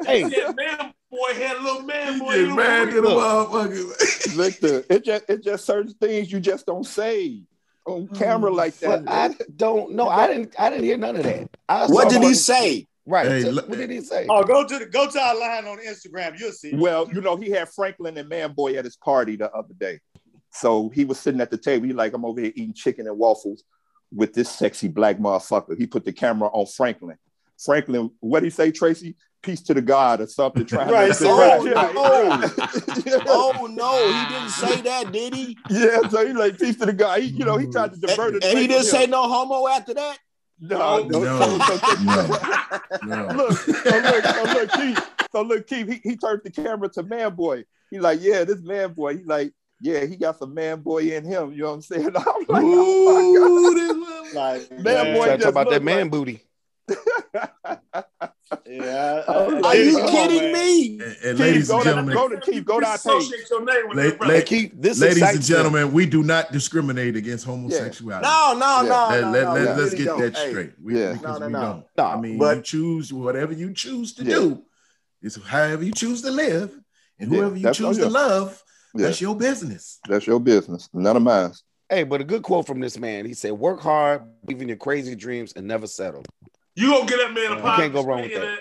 Hey,
Yeah, man, boy had a little man,
He
boy.
getting
little
mad at the
boy.
motherfuckers.
Victor, it just it just certain things you just don't say on camera like
but
that.
Mm, I don't know. I didn't. I didn't hear none of that. I
What
saw
did he
Martin-
say?
Right.
Hey,
so
look-
what did he say?
Oh, go to the go to our line on Instagram. You'll see.
well, you know, he had Franklin and Manboy at his party the other day. So he was sitting at the table. He like, I'm over here eating chicken and waffles with this sexy black motherfucker. He put the camera on Franklin. Franklin, what he say, Tracy? Peace to the God or something. Trying
Right,
to
so-
Oh no, he didn't say that, did he?
Yeah, so he like peace to the guy. He, you know, he tried to divert
And,
it.
and
away
he
from
didn't say
him.
no homo after that. Oh,
no. no,
No.
So, so-
no. No.
look, so look, so look, Keith. So look, Keith. He, he turned the camera to man boy. He like, yeah, this man boy. He like, yeah, he got some man boy in him. You know what I'm saying? I'm like, oh
Ooh, this little-
Like,
Bad
I'm
boy
trying
just
to talk about that
looked
man
like-
booty.
Yeah. I-
Oh,
I-
like,
Are
Diddy,
you
come on,
kidding
man.
me?
And,
my God. Keith,
and ladies
go
and
to,
gentlemen,
go to Keith. Go to our page.
Associate your name with
La-
that, bro.
la-
But keep this
ladies and
excites me.
gentlemen, we do not discriminate against homosexuality.
No, no,
Yeah.
no,
let,
no,
let,
no.
let,
we
us
really
get
don't.
that
Hey,
straight. We,
Yeah.
No,
Because
no,
we
no.
don't.
No,
I mean, you
but-
choose whatever you choose to
Yeah.
do. It's however you choose to live, and
Yeah,
whoever you
that's- oh,
choose
yeah.
to love,
Yeah,
that's your business.
that's your business, none of mine.
Hey, but a good quote from this man. He said, "Work hard, believe in your crazy dreams, and never settle."
You gonna get that man a
You
positive
can't go wrong with
spin
that.
at-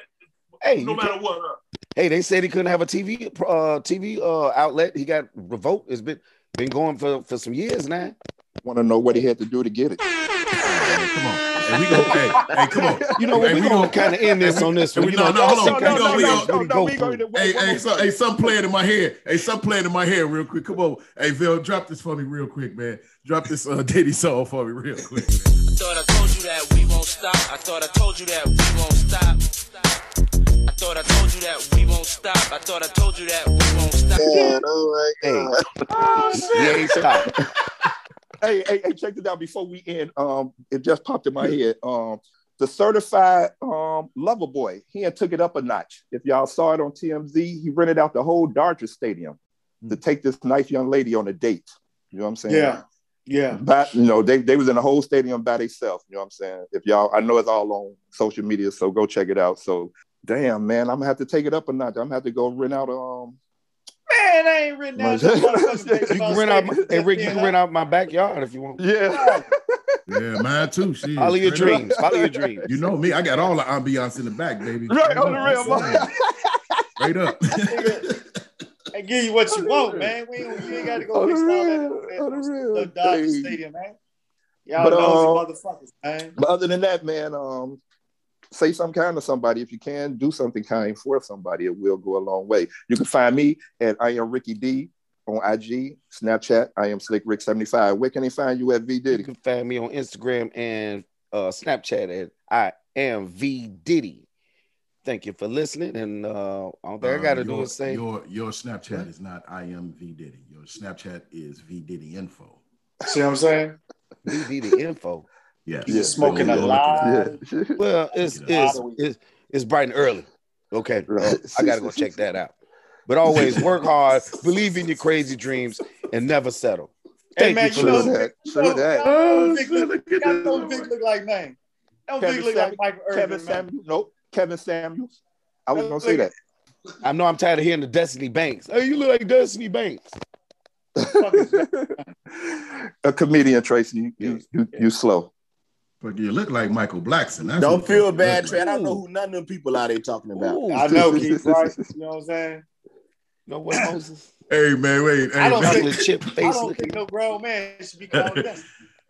Hey,
No
you
matter
can't-
what. huh?
hey, they said he couldn't have a TV uh, TV uh, outlet. He got revoked. It's been been going for for some years now.
Want to know what he had to do to get it?
Come on. And we gonna, hey, hey, come on.
You know what?
Hey,
we
we
gonna
gonna-
kind of end this on this
hey,
one.
we-
You know,
no, no, hold on.
some
We
kind of
gonna- we
dreams,
gonna-
what he go
we
through.
gonna-
Hey,
one
hey,
more
so, hey, something playing in my head. Hey, something playing in my head real quick. Come on. Hey, Bill, drop this for me real quick, man. Drop this uh, Diddy song for me real quick. Man.
thought I told you that we won't stop. I thought I told you that we won't stop. I thought I told you that we won't stop. I thought I told you that we won't stop.
Man, oh my
Hey,
God.
he ain't stop.
Oh, hey, hey, hey, check this out before we end. Um, it just popped in my head. Um, the certified um lover boy, he had took it up a notch. If y'all saw it on TMZ, he rented out the whole Dodger Stadium
Hmm.
to take this nice young lady on a date. You know what I'm saying?
Yeah. Yeah.
But you know, they, they was in the whole stadium by themselves. You know what I'm saying? If y'all I know it's all on social media, so go check it out. So damn man, I'm gonna have to take it up a notch. I'm gonna have to go rent out um
Man, I ain't written down. this motherfucking thing
You
about
can rent out. My,
statement
hey
just
Rick, you
being
can rent out my backyard if you want.
Yeah.
Yeah, mine too. Shit.
Follow your
Straight up.
dreams. Follow your dreams.
You know me. I got all the ambiance in the back, baby.
Right on the
Straight up.
rim.
Straight up.
I give you what you want, man. We ain't, you ain't got to go fix all that.
Oh,
man.
the real.
Little Dodger
Hey.
Stadium, man. Y'all
But, um,
nosy
um,
motherfuckers, man.
But other than that, man, um, say some kind to somebody. If you can, do something kind for somebody. It will go a long way. You can find me at I am Ricky D on IG, Snapchat. I am Slick Rick 75. Where can they find you at V
You
Diddy?
can find me on Instagram and uh, Snapchat at I am V Diddy. Thank you for listening. And uh, all that I got to
Um,
do
your-
is say,
your your Snapchat is not I am V Diddy. Your Snapchat is V Diddy info.
See what I'm saying?
V Diddy info.
Yes.
You're smoking a
Go look at
lot.
it.
Yeah.
Well, it's
Check it out.
it's, it's it's bright and early. Okay,
Right.
I gotta go check that out. But always work hard, believe in your crazy dreams, and never settle.
Hey,
Thank
man,
you
you
for
know,
that.
you
True
know-
that.
Don't
Oh,
Vic
shit,
look,
look at
y'all know
this.
Vic look like name. Don't
Kevin
Vic look like
Samuels.
Michael
Kevin
Irvin, man.
Samuels. Nope. Kevin Samuels. I was gonna say that.
I know I'm tired of hearing the Destiny Banks. Hey, you look like Destiny Banks.
a comedian, Tracy. You, you, you, you slow.
Fuck, you look like Michael Blackson. That's
Don't
what
feel
you
bad,
look
Trey. I
like.
don't know who none of them people are they talking about.
Ooh,
I know, Keith, right? You know what I'm saying?
You know what, Moses?
Hey man, wait. Hey,
I don't
man.
think-
Chocolate chip
I
face
don't
looking.
think no grown man should be called that.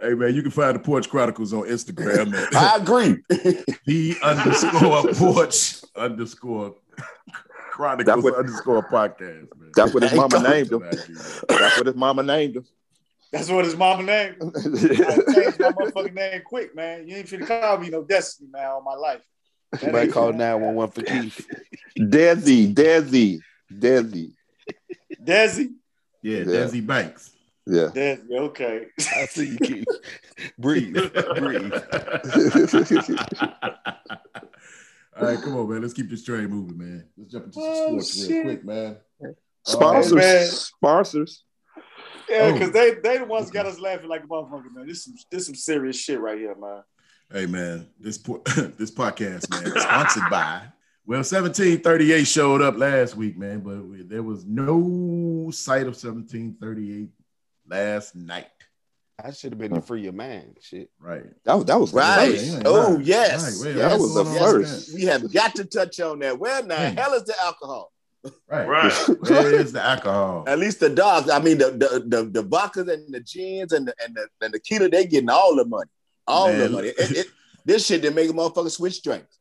hey man, you can find the Porch Chronicles on Instagram at
I agree.
the underscore porch underscore chronicles
That's what-
underscore podcast. Man.
That's what his
Hey,
mama
don't-
named him. That's what his mama named him.
That's what his mama name. I changed my motherfucking name quick, man. You ain't finna call me no Destiny, man, all my life.
You might call 911 for Keith.
Desi, Desi, Desi.
Desi.
Yeah,
Yeah.
Desi Banks.
Yeah.
Desi, okay.
I see you, Keith. Breathe. Breathe.
All right, come on, man. Let's keep this train moving, man. Let's jump into some
Oh,
sports real
shit.
quick, man.
Sponsors,
man.
sponsors.
Yeah, because
Oh.
they they the ones got us laughing like a motherfucker, man. This some this some serious shit right here, man.
Hey, man. This po- this podcast, man, is sponsored by. Well, 1738 showed up last week, man, but we, there was no sight of 1738 last night.
I should have been to free your mind. Shit.
Right.
That was that was
Right.
Yeah, yeah,
Oh,
right.
yes.
Right,
That
Yes.
was the
Yes.
first.
We have got to touch on that. Where in the
Hmm.
hell is the alcohol?
Right.
Right.
Where is the alcohol?
At least the dogs, I mean the the the, the vodkas and the gins and the and the, and the keto, they getting all the money. All the
Man.
money. It- it- this shit didn't make a motherfucker switch drinks.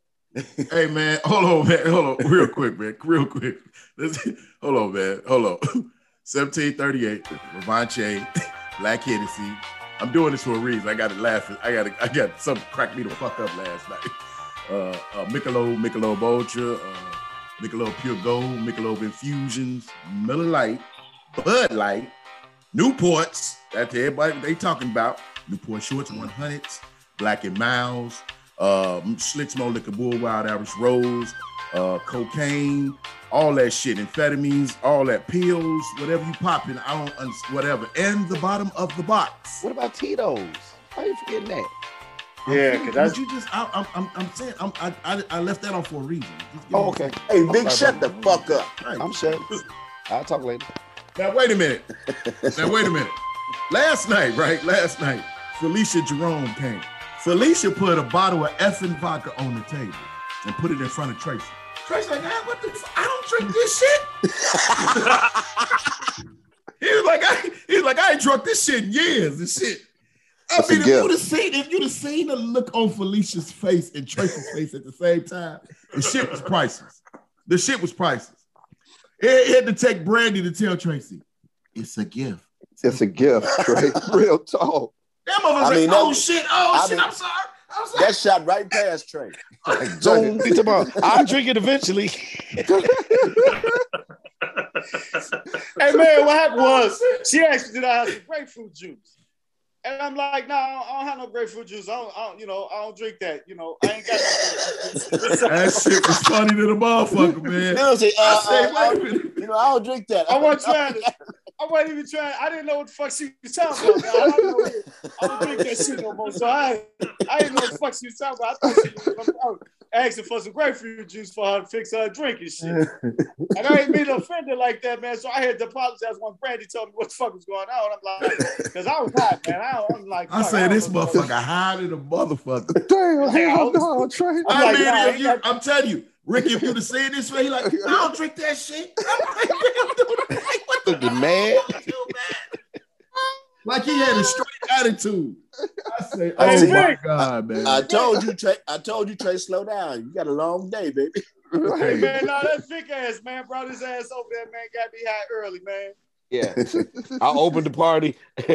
Hey man, hold on, man, hold on, real quick, man, real quick. Let's hold on, man, hold on. 1738, Revanche, Black Hennessy. I'm doing this for a reason. I got to laugh. I got I got something cracked me the fuck up last night. Uh, uh Michelob, Michelob Ultra, uh, Michelob Pure Gold, Michelob Infusions, Miller Lite, Bud Light, Newports. That's everybody they talking about. Newport Shorts, 100s, Black and Miles, uh, Schlitzmo Liquor Bull Wild Irish Rose, uh, cocaine, all that shit, amphetamines, all that pills, whatever you popping, I don't understand, whatever. And the bottom of the box.
What about Tito's? Why you forgetting that?
Yeah, 'cause
because
that's-
you just. I, I'm, I'm, I'm saying I'm, I, I, I left that off for a reason. Just give
Oh,
me-
okay.
Hey, Big,
sorry,
shut the
bro.
fuck up.
Right.
I'm shut. I'll talk later.
Now wait a minute. now wait a minute. Last night, right? Last night, Felicia Jerome came. Felicia put a bottle of effing vodka on the table and put it in front of Tracy. Tracy like, ah, what the? F- I don't drink this shit. he was like, I, he was like, I ain't drunk this shit in years and shit. I
That's a
mean, if
gift.
you'd have seen, if you'd have seen the look on Felicia's face and Tracy's face at the same time, the shit was priceless. The shit was priceless. It, it had to take Brandy to tell Tracy, it's a gift.
It's a gift, Trey. Real talk.
That motherfucker's
I mean,
like, oh
that-
shit, oh
I
shit,
mean-
I'm sorry. I'm sorry.
That shot right past Trey.
So tomorrow, I'll drink it eventually.
Hey man, what happened was she asked me did I have some grapefruit juice. And I'm like, no, nah, I, don't, I don't have no grapefruit juice. I don't, I don't, you know, I don't drink that. You know, I ain't got no grapefruit juice.
That shit was funny to the motherfucker, man.
They'll say,
I
uh,
say,
uh, uh,
wait a minute.
you know, I don't drink that.
I wasn't trying to. I wasn't even trying. I didn't know what the fuck she was talking about. man. I don't, know, I don't drink that shit no more. So I, I didn't know what the fuck she was talking about. I thought she was I was asking for some grapefruit juice for her to fix her drink and shit. And I ain't been offended like that, man. So I had to apologize when Brandy told me what the fuck was going on. I'm like, because I was hot, man. I, I'm like,
I
fuck,
say
don't
this
know.
motherfucker high to the motherfucker.
Damn, hell no, Trey.
I'm
I
like,
mean,
nah,
if
ain't
you, I'm telling you, Rick, if you'd have seen this, man, he like, I don't drink that shit. I'm like, man, dude, I'm like, what the
Get mad.
fuck, you mad? Like he had a straight attitude. I say,
Hey,
oh my
Rick.
god, man.
I told you, Trey. I told you, Trey, slow down. You got a long day, baby.
Hey, man, no, that thick ass man brought his ass over there, man. Got me high early, man.
Yeah. I opened the party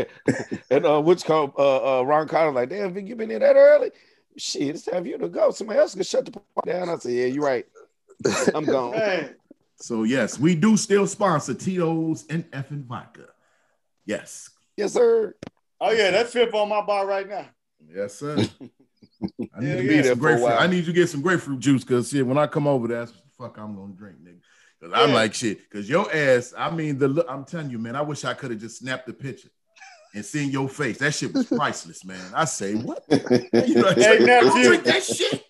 and uh what's called uh, uh Ron Connor like, damn Vic, you been here that early? Shit, it's time for you to go. Somebody else can shut the party down. I said, Yeah, you're right. I'm gone.
Man,
So yes, we do still sponsor Tito's and F and Vodka. Yes,
yes, sir.
oh yeah, that fifth on my bar right now.
yes, sir. I need,
Yeah,
to
yeah.
get
Be
there
some
for a
grapefruit.
while.
I need you to get some grapefruit juice because shit, when I come over, that's what the fuck I'm gonna drink, nigga. Cause I'm
Yeah.
like shit. Cause your ass, I mean the look. I'm telling you, man. I wish I could have just snapped the picture and seen your face. That shit was priceless, man. I say what? You know,
Hey,
don't
nephew.
drink that shit.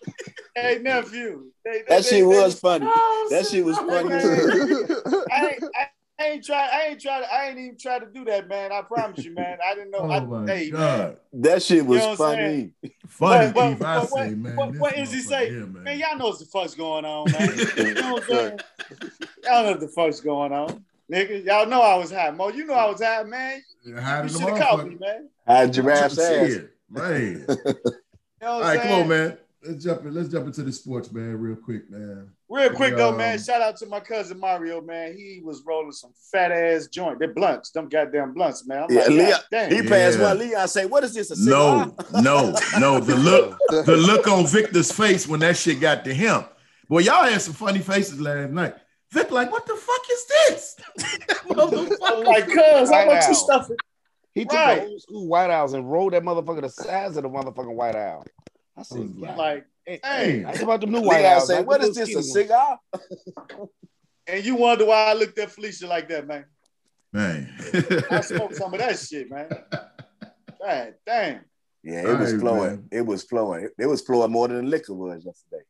Hey nephew, they, they, they-
That shit was funny.
Oh,
That shit was
Hey,
funny. too.
man, I, ain't, I, I ain't try. I ain't try. I ain't even try to do that, man. I promise you, man. I didn't know. I,
Oh my
hey, man.
god,
That shit was
You know what I'm
funny.
funny.
What- what-
Keith, I
what-
say, man.
what-
this
what is he
motherfucker
say?
here, man.
man, y'all know what the fuck's going on, man. you know what I'm saying? Y'all know what the fuck's going on, nigga. Y'all know I was high, Mo. You know I was high, man.
Hiding
You
the
should have called
motherfucker.
me, man.
How giraffe's ass.
Shit, Man.
You know
All
what I'm
right, come
saying?
on, man. Let's jump in. Let's jump into the sports, man, real quick, man. uh,
Real quick though, man.
Yeah.
Shout out to my cousin Mario, man. He was rolling some fat ass joint. They're blunts, them goddamn blunts, man. I'm
Yeah,
like,
Leon-
God damn.
He passed
Yeah.
one. Leon say, "What is this?" A cigar?"
No, no, no. The look, the look on Victor's face when that shit got to him. Boy, y'all had some funny faces last night. Vic, like, what the fuck is this?
I'm
Motherfucker.
like, cuz, I
Right
want
now.
you stuff. it.
He took
Right.
the old school White House and rolled that motherfucker the size of the motherfucking White House. I said,
I was
Like, hey,
That's about the new White
Leon
House.
say,
not the
"What
little
is this?
skinny
A
one."
cigar?"
and you wonder why I looked at Felicia like that, man.
man.
I smoked some of that shit, man. God damn.
Yeah, it was
Hey,
flowing.
man.
It was flowing. It, it was flowing more than the liquor was yesterday.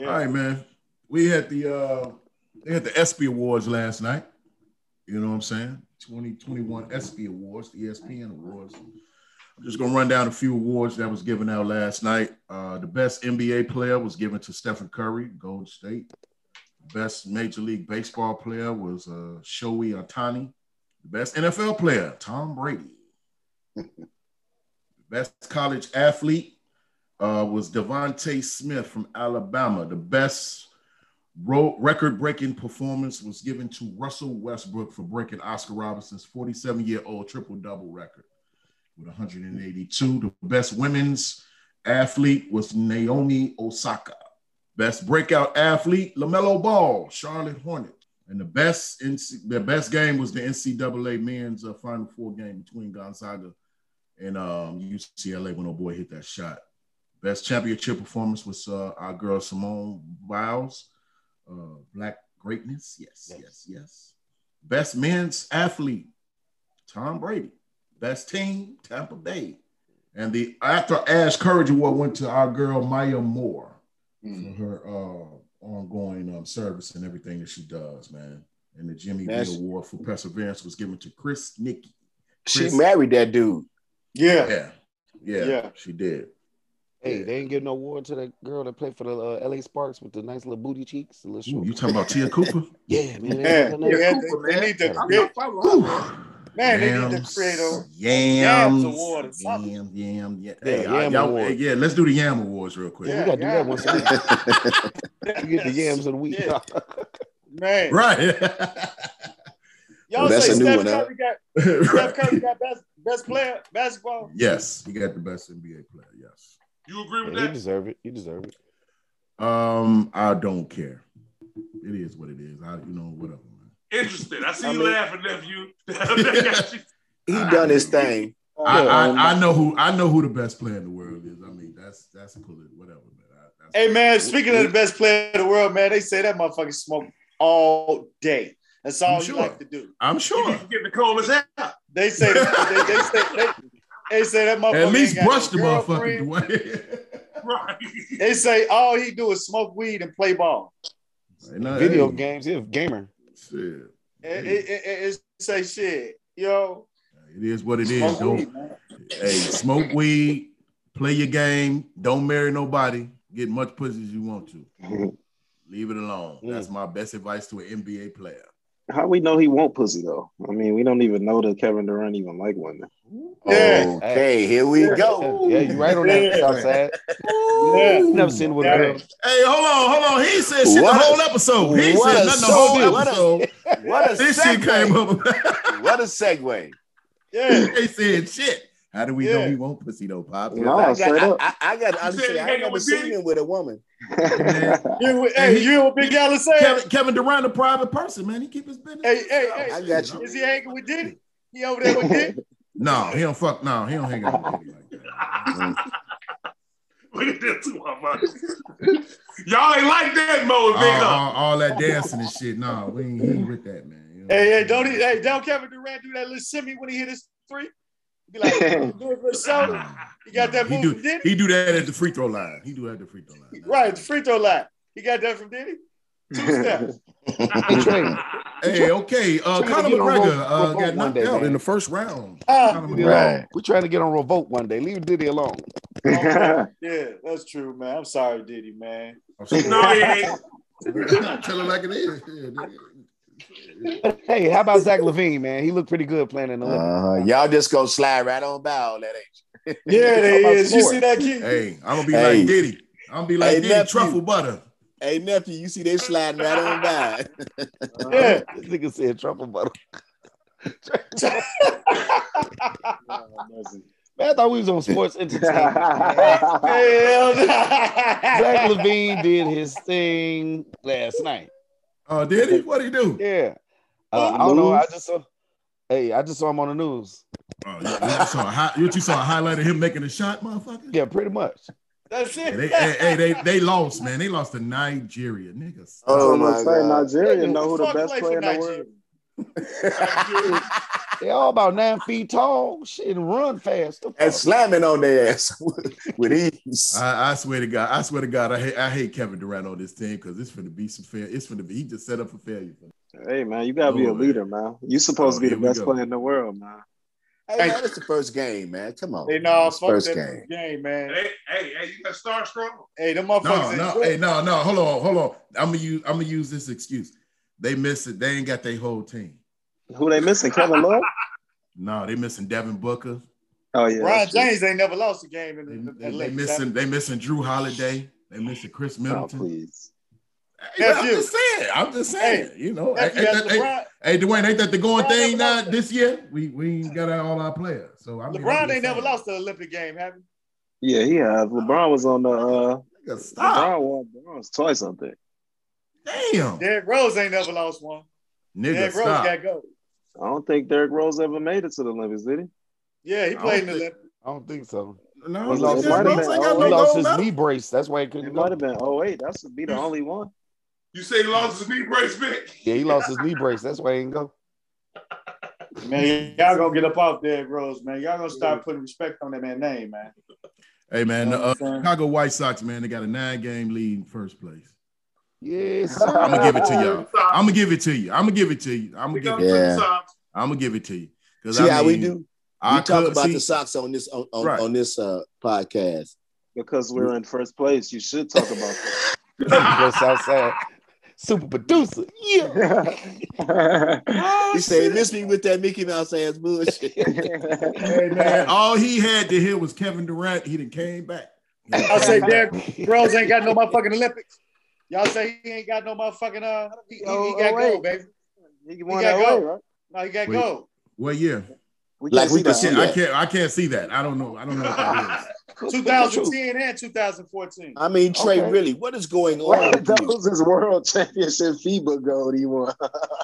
Yeah.
All right, man. We had the uh they had the ESPY Awards last night. You know what I'm saying? E 2021 ESPY Awards, the ESPN Awards. I'm just gonna run down a few awards that was given out last night. Uh the best NBA player was given to Stephen Curry, Golden State. Best Major League Baseball player was uh Shohei Otani. The best NFL player, Tom Brady. best college athlete, uh, was Devonte Smith from Alabama. The best ro- record-breaking performance was given to Russell Westbrook for breaking Oscar Robinson's 47-year-old triple-double record with 182. The best women's athlete was Naomi Osaka. Best breakout athlete Lamelo Ball, Charlotte Hornet. And the best NC- the best game was the NCAA men's uh, Final Four game between Gonzaga and um, UCLA when old boy hit that shot. Best championship performance was uh, our girl Simone Biles, uh, Black Greatness. Yes, yes, yes. Best men's athlete, Tom Brady. Best team, Tampa Bay. And the after Ash Courage Award went to our girl Maya Moore
Hmm.
for her uh, ongoing um, service and everything that she does, man. And the Jimmy
That's-
B Award for Perseverance was given to Chris Nicky.
She
Chris-
married that dude.
Yeah.
Yeah, yeah,
Yeah.
she did.
Hey, they ain't give no award to that girl that played for the uh, LA Sparks with the nice little booty cheeks. The little
Ooh,
short.
you talking about Tia Cooper?
Yeah, man.
Yeah,
ain't
they,
nothing.
had to- they need to create,
Ooh.
man. They need to create a
Yams, yams,
Yams award or something.
yam, yam, yeah.
Yeah,
Hey, I-
yam
y'all-
award.
hey, yeah, let's do the yam awards real quick.
We gotta do
Yeah.
that once a week. You get the yams of the week.
Yeah. man.
Right.
Y'all
That's
say
a new
Steph
one, huh?
Curry got Steph
right.
Curry got best best player basketball.
Yes, he got the best NBA player. Yes.
You agree with
Yeah, you
that?
deserve it. You deserve it.
Um, I don't care. It is what it is. I, you know, whatever. Man.
Interesting. I see
I
you
mean-
laughing, nephew. That got you.
He done his thing.
I, I,
um,
I know who I know who the best player in the world is. I mean, that's that's cool. Whatever, man. I, that's
Hey man, speaking of the best player in the world, man, they say that motherfucker smoke all day. That's all
I'm
he
sure.
like to do.
I'm sure.
Get the coldest out.
They say they, they say they, they say that motherfucker.
At least
ain't got no
brush the motherfucker,
girlfriend.
Dwayne.
Right.
They say all he do is smoke weed and play ball.
Ain't nothing-
Video
hey,
games, you're a gamer.
shit.
It, it, it, it say shit, yo.
It is what it is.
Smoke
Don't
weed, man.
hey, smoke weed, play your game, don't marry nobody, get much pussy as you want to. Leave it alone. That's my best advice to an NBA player.
How we know he won't pussy though? I mean, we don't even know that Kevin Durant even like women.
Yeah.
Okay, here we go.
Yeah, you're right on that, Southside.
Yeah.
I've never seen it with a girl.
Hey, hold on, hold on. He said shit
What
the
a-
whole episode. He
what
said
a
nothing the whole
soldier. What a-
episode.
What a
This shit came
segue.
up.
What a segue.
Yeah.
they said shit. How do we know
Yeah.
he won't pussy though, Pop?
No.
I
straight
got,
up.
I, I, I got to
said
understand, I
hanging
never
with
seen
Diddy?
him with a woman.
You, hey, you hear what Big Al is saying?
Kevin, Kevin Durant, a private person, man. He keep his business.
Hey, hey, hey.
I got you.
Is he hanging with Diddy? He over there with Diddy?
No, he don't fuck. No, he don't hang out with niggas like that.
Look at this two of Y'all ain't like that mode,
all,
big up.
all- all that dancing and shit. No, we ain't, he ain't with that, man. You know
Hey,
what I'm
hey, don't he,
saying?
hey, don't Kevin Durant do that little shimmy when he hit his three? Be like, do it for his shoulder. He got that
he
move
do,
from Diddy?
he do that at the free throw line. He do that at the free throw line.
Right, the free throw line. He got that from Diddy? Two steps.
Hey, okay. Uh,
Trying to
Conor
get on
McGregor
Ro-
uh,
Ro-
got
Ro-
knocked
one day,
out
man.
in the first round.
Ah,
Conor
Diddy
McGregor.
alone. We're trying to get on revolt one day. Leave Diddy alone.
yeah, that's true, man. I'm sorry, Diddy, man.
No, he ain't.
Tell it like it is. Yeah, nigga.
But hey, how about Zach Levine, man? He looked pretty good playing in the Olympics.
Uh-huh. Y'all just gonna slide right on by all that. Ain't
Yeah, they
Talking about
is. You
sport.
see that kid?
Hey, I'm gonna be
Hey.
like Diddy. I'm gonna be like
Hey,
Diddy.
nephew.
Truffle butter.
you? Hey nephew, you see they sliding right on by.
Yeah.
Uh-huh.
This nigga said trouble butter. Man, I thought we was on sports entertainment.
Hell no.
Zach Levine did his thing last night.
Oh, did he? What he do?
Yeah. Uh, I don't know. I just saw. Hey, I just saw him on the news.
Oh, you, you saw a hi- you saw a highlight of him making a shot, motherfucker.
Yeah, pretty much.
That's it.
They, hey, hey, they they lost, man. They lost to Nigeria, niggas.
Oh
I'm
my
gonna say
god.
Nigeria know who the
Fuck
best
play
player
for
in the world.
They all about nine feet tall. Shit, and run fast. The
And
fuck?
slamming on their ass with, with ease.
I, I swear to God, I swear to God, I hate I hate Kevin Durant on this team because it's gonna be some fail. It's gonna be he just set up for failure.
Hey man, you gotta be a
Lord.
leader, man. You supposed to
Oh,
be
here
the
we
best
go.
player in the world, man.
hey man, it's the first game, man. Come on.
Hey, no,
It's
fuck that
first game.
game, man.
Hey, hey, hey, you got star strong.
Hey, them motherfuckers.
No,
ain't
no,
good.
hey, no, no. Hold on, hold on. I'm gonna use I'm gonna use this excuse. They miss it. They ain't got their whole team.
Who they missing? Kevin Love?
No, they missing Devin Booker.
Oh yeah.
Ron
that's true.
James ain't never lost a game in
They,
the
they- they missing they missing Drew Holiday. They missing Chris
Oh,
Middleton.
please.
Hey, I'm
Nephew.
just saying. I'm just saying. you know, hey,
After
hey,
that,
that-
LeBron,
hey, hey, Dwayne, ain't that the going
LeBron never
thing now
lost it.
this year? We we ain't got out all our players. So I mean, I'm
LeBron
just
ain't never
saying.
lost an Olympic game, have you?
Yeah, he have. LeBron was on the uh
Nigga, Stop.
LeBron won bronze twice, I think.
Damn.
Derrick Rose ain't never lost one.
Nigga,
Derrick Rose
stop.
got gold.
I don't think Derrick Rose ever made it to the Olympics, did he?
Yeah, he
I
played in the
don't think-
Olympics.
I don't think so.
No,
He
he
lost
lost,
his
Rose
mind.
ain't got
He
He
no
lost
gold
his
medal.
knee brace. That's why he
It
couldn't
might
go.
have been Oh wait, That should be the only one.
You say he lost his knee brace, bitch.
Yeah, he lost his knee brace. That's why he didn't go.
Man, y'all gonna get up off Derrick Rose, man. Y'all gonna start putting respect on that man's name, man.
Hey man,
You know
the
what
uh,
I'm saying?
Chicago White Sox man, they got a nine game lead in first place.
Yes,
I'm gonna
sir.
give it to y'all. I'm gonna give it to you. I'm gonna give it to you. I'm gonna give it.
Yeah.
I'm gonna give it to you. Cause
See
I
how we
mean,
do? We
I
talk
could-
about
see,
the socks on this on, on,
Right.
on this uh, podcast.
Because we're in first place. You should talk about
Just outside. Super producer. Yeah.
that.
he said, "Miss me with that Mickey Mouse ass bullshit."
Hey man, all he had to hear was Kevin Durant. He done came back.
I say Derrick Rose ain't got no motherfucking Olympics. Y'all say he ain't got no motherfucking uh he, he, he got
Oh, oh,
gold, baby.
He won
got
that way,
gold.
right?
No, he got
Wait.
gold.
Well, yeah.
We
Like,
can't
we
see
can
that.
see-
I
that.
can't. I can't see that. I don't know. I don't know. What that is.
2010 and 2014.
I mean, Trey,
Okay.
really, what is going on? with you?
Those is world championship FIBA gold he won.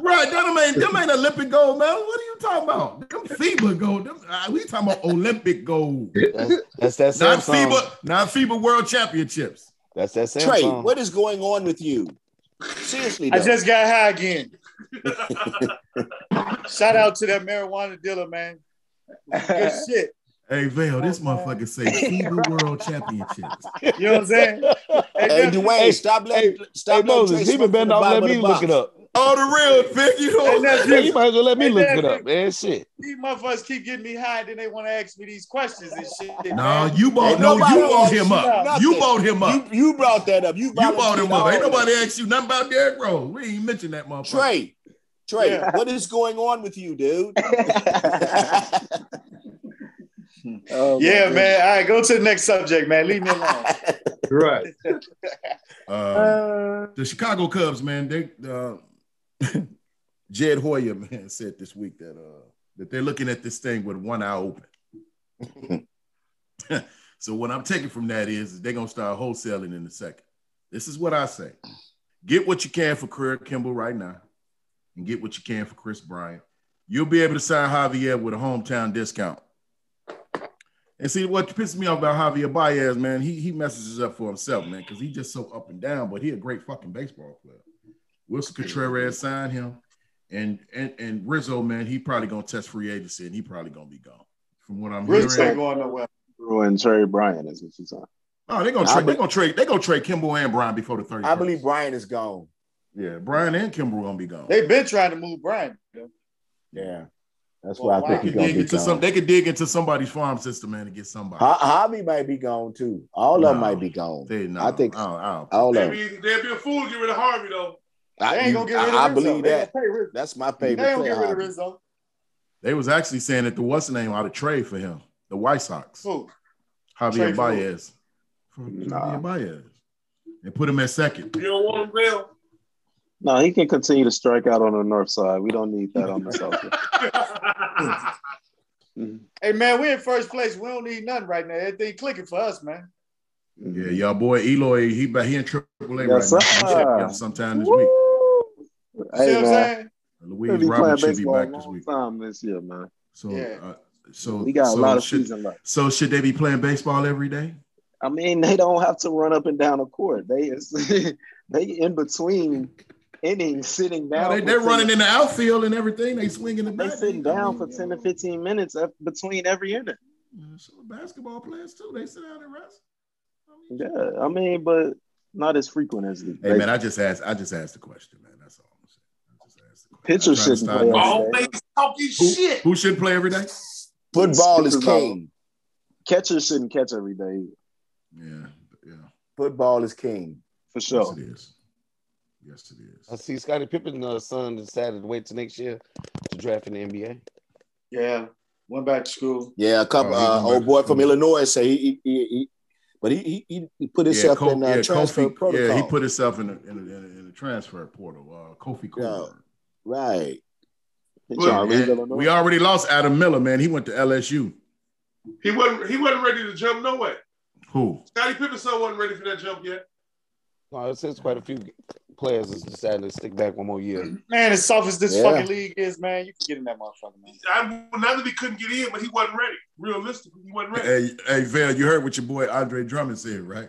Right, them ain't them ain't Olympic gold medal. What are you talking about? Them FIBA gold. Them, uh, we talking about Olympic gold,
That's that
not
Samsung.
FIBA, not FIBA World Championships.
That's that Samsung.
Trey, what is going on with you? Seriously,
I
though.
just got high again. Shout out to that marijuana dealer, man. Good shit.
Hey, Vale, this
Oh,
motherfucker say FIBA World Championships.
You know what I'm saying? Hey,
hey,
nephew,
Dwayne,
hey,
stop letting
hey,
stop
Hey
letting Trey
Moses, he
smoke
been been
the
off.
bottom
Let
of
me
the
look
box.
it up.
Oh,
All the real, Vic. You know what
Hey,
I'm saying?
nephew,
Yeah, you might as well let me
Hey,
look it
nephew.
up, man. Shit.
These motherfuckers keep getting me high, then they want to ask me these questions and shit.
No,
man.
you bought
Ain't
no,
nobody
you bought
asked
him
you
up.
nothing.
You bought him up.
You, you brought that up. You,
You bought him up.
volunteered
Ain't
all
nobody asked you nothing about Derrick Rose. We ain't mentioned that
that.
motherfucker.
Trey, Trey,
Yeah.
what is going on with you, dude?
Oh, my
Yeah,
goodness.
man. All right, go to the next subject, man. Leave me alone.
Right.
Uh, the Chicago Cubs, man, they uh, Jed Hoyer, man, said this week that uh that they're looking at this thing with one eye open. so what I'm taking from that is, they're gonna start wholesaling in a second. This is what I say: get what you can for Kirk Kimball right now, and get what you can for Chris Bryant. You'll be able to sign Javier with a hometown discount. And see what pisses me off about Javier Baez, man, he he messes up for himself, man, because he just so up and down, but he a great fucking baseball player. Wilson Contreras signed him. And and and Rizzo, man, he probably gonna test free agency and he probably gonna be gone. From what I'm
Roots ain't
hearing.
going nowhere.
Ruin Terry Bryant is what you're talking.
Oh, they're gonna
I
trade,
be-
they're gonna trade, they're gonna trade Kimball and Brian before the 30.
I believe Brian is gone.
yeah, Brian and Kimball gonna be gone.
They've been trying to move Brian.
Yeah, that's
Well,
why
wow.
I think
They could
he's gonna
dig
be
into some
gone.
they could dig into somebody's farm system, man, to get somebody.
Ho-
Uh-uh.
Hobby might be gone too. All of them
No.
might be gone.
They, no,
I think-
I don't- I don't-
All
They'd
of them.
be, they'd be a fool to get rid of Harvey though.
They
I,
ain't gonna get rid of
I, I
Rizzo.
believe
They
that.
gonna pay Rizzo.
That's my
They
favorite.
don't
player,
get rid of
Hobby.
Rizzo.
They was actually saying that the what's the name out of trade for him, the White Sox,
Who? Trey
Javier
for
Baez, for
Nah.
Javier Baez, and put him at second.
You don't want him real.
No, he can continue to strike out on the north side. We don't need that on the south side.
Hey man, we're in first place. We don't need nothing right now. Everything clicking for us, man.
Yeah, y'all boy Eloy, he ba- he in Triple A
Mm-hmm. Yes,
right
sir.
now. He should be up sometime this week.
You see
Hey
what I'm
man,
saying?
we'll
Louise
be playing
Roberts should be
baseball a
back this
long
week.
time this year, man.
So,
Yeah.
uh, so
we got
so
a lot of
should,
season left.
So should they be playing baseball every day?
I mean, they don't have to run up and down the court. They is they in between innings, sitting down.
they,
for
they're
10
running in the outfield and everything. They swinging the
They
bat.
sitting down for ten to fifteen minutes af- between every inning.
So basketball players too. They sit down and rest.
Yeah, I mean, but not as frequent as the
Hey man, I just asked. I just asked the question, man. That's all I'm saying. I just asked the question.
Pitchers
I tried to
shouldn't
start
play
nothing.
every day.
Always talking
Who,
shit.
who should play every day?
Football is
Speaking of-
king.
catchers shouldn't catch every day either,
Yeah, yeah.
Football is king.
for
Yes,
sure.
it is. Yes, it
I
is.
see Scottie Pippen's uh, son decided to wait till next year to draft in the NBA.
Yeah. Went back to school.
Yeah, a couple
Oh, he
uh,
gonna
old
be-
boy from Illinois say he, he, he, he but he he- he, he put himself
Ko-
in uh, transfer
Kofi,
protocol.
yeah, he put himself in the in, the- in, the- in the transfer portal. Uh, Kofi Coburn.
right.
He
Well,
trying to leave
And
Illinois.
we already lost Adam Miller, man. He went to LSU.
He wasn't he wasn't ready to jump no way.
Who?
Scottie Pippen son wasn't ready for that jump yet.
No, it says quite a few players is deciding to stick back one more year.
Man, as soft as this
Yeah.
fucking league is, man, you can get in that motherfucker, man.
I not that he couldn't get in, but he wasn't ready. Realistically, he wasn't ready.
Hey, hey, Val, you heard what your boy Andre Drummond said, right?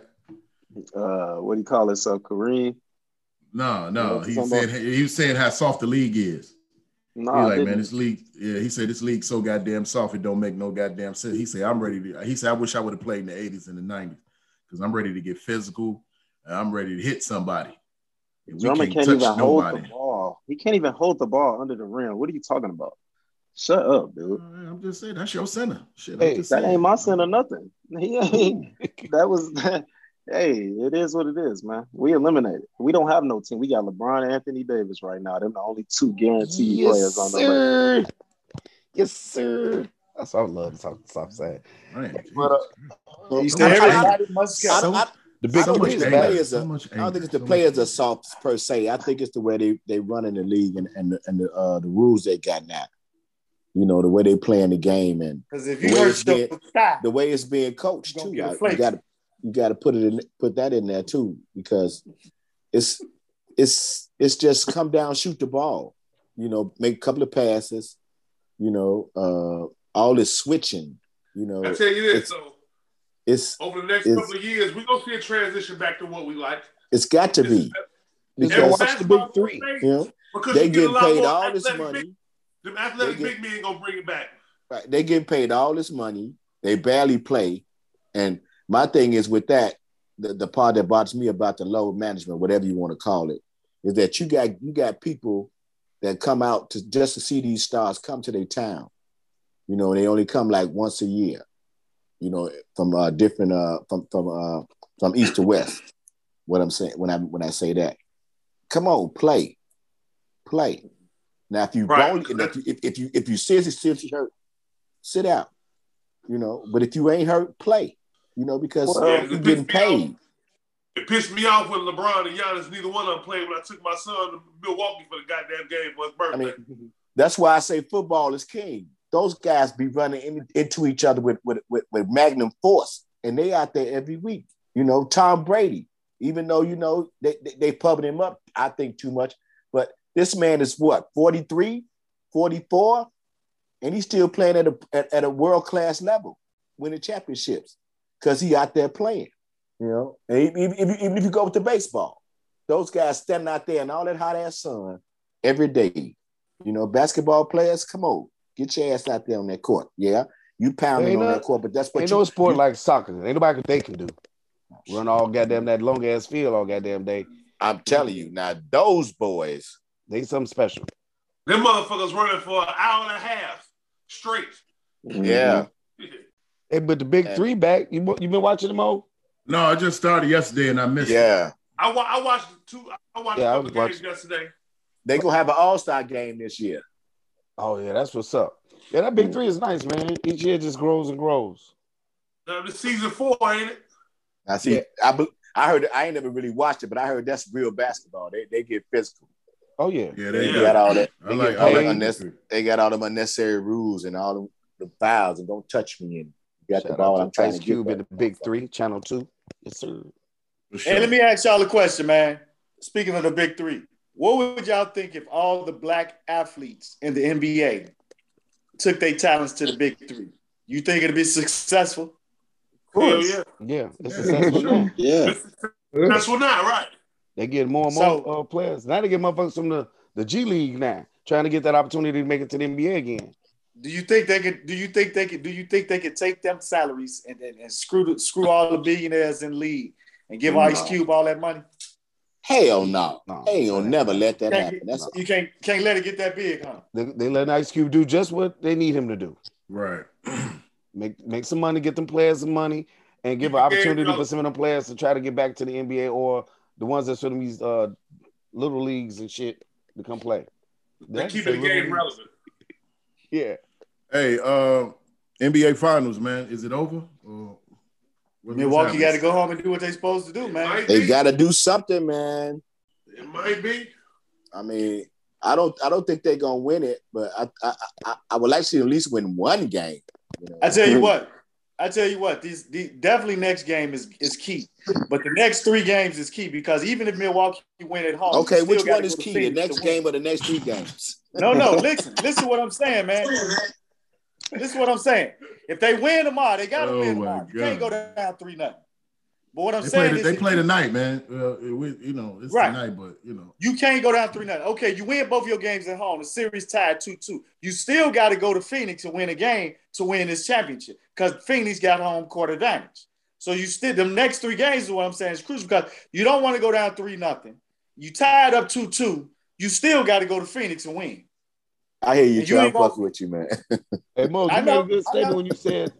uh, what do you call himself, Kareem?
No, no.
What's
He
he talking
said he was saying how soft the league is.
No,
He
I
like,
didn't.
man, this league. Yeah, he said this league so goddamn soft it don't make no goddamn sense. He said I'm ready to. He said I wish I would have played in the '80s and the '90s because I'm ready to get physical. And I'm ready to hit somebody. And
Drummond can't, even hold the ball. He can't even hold the ball under the rim. What are you talking about? Shut up, dude.
I'm just saying that's your center. Shit, I'm
Hey,
just
That
saying.
ain't my sin or nothing. He ain't. That was. hey, it is what it is, man. We eliminated. We don't have no team. We got LeBron and Anthony Davis right now. Them the only two guaranteed players on the list.
sir. Yes, sir. That's what I love the soft, soft side.
Man, Jesus
But, uh,
Christ.
You
So
say
much
everybody must
I,
go.
So-
I,
The big
I don't
much
think the
anger,
players
so
are-
much
I don't think
anger,
it's the
so much
players
anger.
are soft per se. I think it's the way they they run in the league and and the, and the uh, the rules they got now. You know the way they playing the game and
Because if you
Where
hurt
is
your
it?
thigh,
the way it's being coached
It's
too.
gonna be a
Like,
flex.
you got to you got to put it in, put that in there too because it's it's it's just come down, shoot the ball. You know, make a couple of passes. You know, uh, all this switching. You know,
I tell you this,
it's-
though,
it's
over the next
it's-
couple of years, we're gonna see a transition back to what we like.
it's got to
This
be
is-
Go
because
watch the big three.
you know,
Because
they
you get a
get
lot
paid
more
all this
athletic
money.
Big, them athletic
They get-
big men gonna bring it back.
Right. They get paid all this money. They barely play. And my thing is with that, the, the part that bothers me about the load management, whatever you want to call it, is that you got you got people that come out to just to see these stars come to their town. You know, they only come like once a year. You know, from uh, different uh, from from uh, from east to west. What I'm saying when I when I say that, come on, play, play. Now, if you
Right.
bone- if you if, if you if you seriously seriously hurt, sit out. You know, but if you ain't hurt, play. You know, because
Well,
Yeah,
you're
it
getting
pissed me off.
paid.
It pissed me off when LeBron and Giannis, neither one of them played when I took my son to Milwaukee for the goddamn game for his
I
birthday.
mean, that's why I say football is king. Those guys be running in- into each other with, with, with, with magnum force, and they out there every week. You know, Tom Brady, even though, you know, they, they, they pubbing him up, I think, too much. But this man is what, 43, 44, and he's still playing at a, at, at a world-class level, winning championships, because he out there playing, you know. And even, even, even if you go with the baseball, those guys standing out there in all that hot-ass sun every day, you know, basketball players, come on, get your ass out there on that court. Yeah, you pounding
Ain't
on
no-
that court, but that's what
Ain't
you.
no sport
you-
like soccer. Ain't nobody they can do. Run all goddamn that long ass field all goddamn day.
I'm telling you now, those boys.
They something special.
Them motherfuckers running for an hour and a half straight.
Yeah,
Hey, but the big
Yeah.
three back. You you been watching them all?
No, I just started yesterday and I missed it.
yeah.
I, wa- I watched two. I watched
Yeah, I
a couple
was
games yesterday.
They gonna have an All Star game this year.
Oh yeah, that's what's up. Yeah, that big three is nice, man. Each year just grows and grows.
Now, this season four, ain't it?
I see.
Yeah.
I be- I heard. I ain't never really watched it, but I heard that's real basketball. They they get physical.
Oh yeah.
Yeah,
They
they
Yeah.
got all that.
I
They
like,
get
I like
paid.
unnecessary.
They got all them unnecessary rules and all them, the fouls and don't touch me and you got the
Shout
ball.
out
I'm trying
Ice
to
Cube
get
in the big three, channel two. Yes, sir. uh,
For sure.
Hey, let me ask y'all a question, man. Speaking of the big three, what would y'all think if all the black athletes in the NBA took their talents to the big three? You think it'd be successful?
Hell yeah.
Yeah, it's
Yeah,
successful
sure.
now.
Yeah.
That's what not right.
They get more and more
So-
uh, players. Now they get motherfuckers from the, the G League now, trying to get that opportunity to make it to the NBA again.
Do you think they could? Do you think they could? Do you think they could take them salaries and and, and screw the- screw all the billionaires in league and give Ice
No.
Cube all that money?
Hell no.
No.
They ain't gonna never let that happen. That's
you can't can't let it get that big, huh?
They, they let Ice Cube do just what they need him to do.
Right.
Make make some money, get them players some money, and give an
Yeah,
opportunity
bro.
for some of them players to try to get back to the NBA or the ones that's from these uh, little leagues and shit to come play. Did I
They
just
keep
say
the
little
game
leagues?
relevant.
Yeah.
Hey, uh, NBA Finals, man. Is it over? Or what-
Milwaukee
what's
got to
happening?
go home and do what they supposed to do, man.
Might
they
be.
gotta do something, man.
It might be.
I mean, I don't I don't think they're gonna win it, but I I, I, I would like to see them at least win one game. you know.
I tell you what, I tell you what, these, these definitely next game is is key, but the next three games is key because even if Milwaukee win at home,
Okay,
you still
which
gotta
one
go
is
to
key? The
Phoenix
next
to win.
game or the next three games?
No, no, listen, listen to what I'm saying, man. This is what I'm saying. If they win tomorrow, they gotta
Oh
win
my
tomorrow. You can't go
God.
down three nothing. But what I'm
They
saying
play,
is
they
if
play tonight, man. Uh, it- we, you know, it's
Right.
tonight, but you know,
You can't go down three nothing. Okay, you win both your games at home. The series tied two two. You still got to go to Phoenix and win a game to win this championship because Phoenix got home court advantage. So you still the next three games is what I'm saying is crucial because you don't want to go down three nothing. You tied up two two. You still got to go to Phoenix and win.
I hear you.
You
Trey. I'm
ain't gonna-
fucking with you, man.
Hey Mo, you
I
made
know,
a good
I
statement
know.
when you said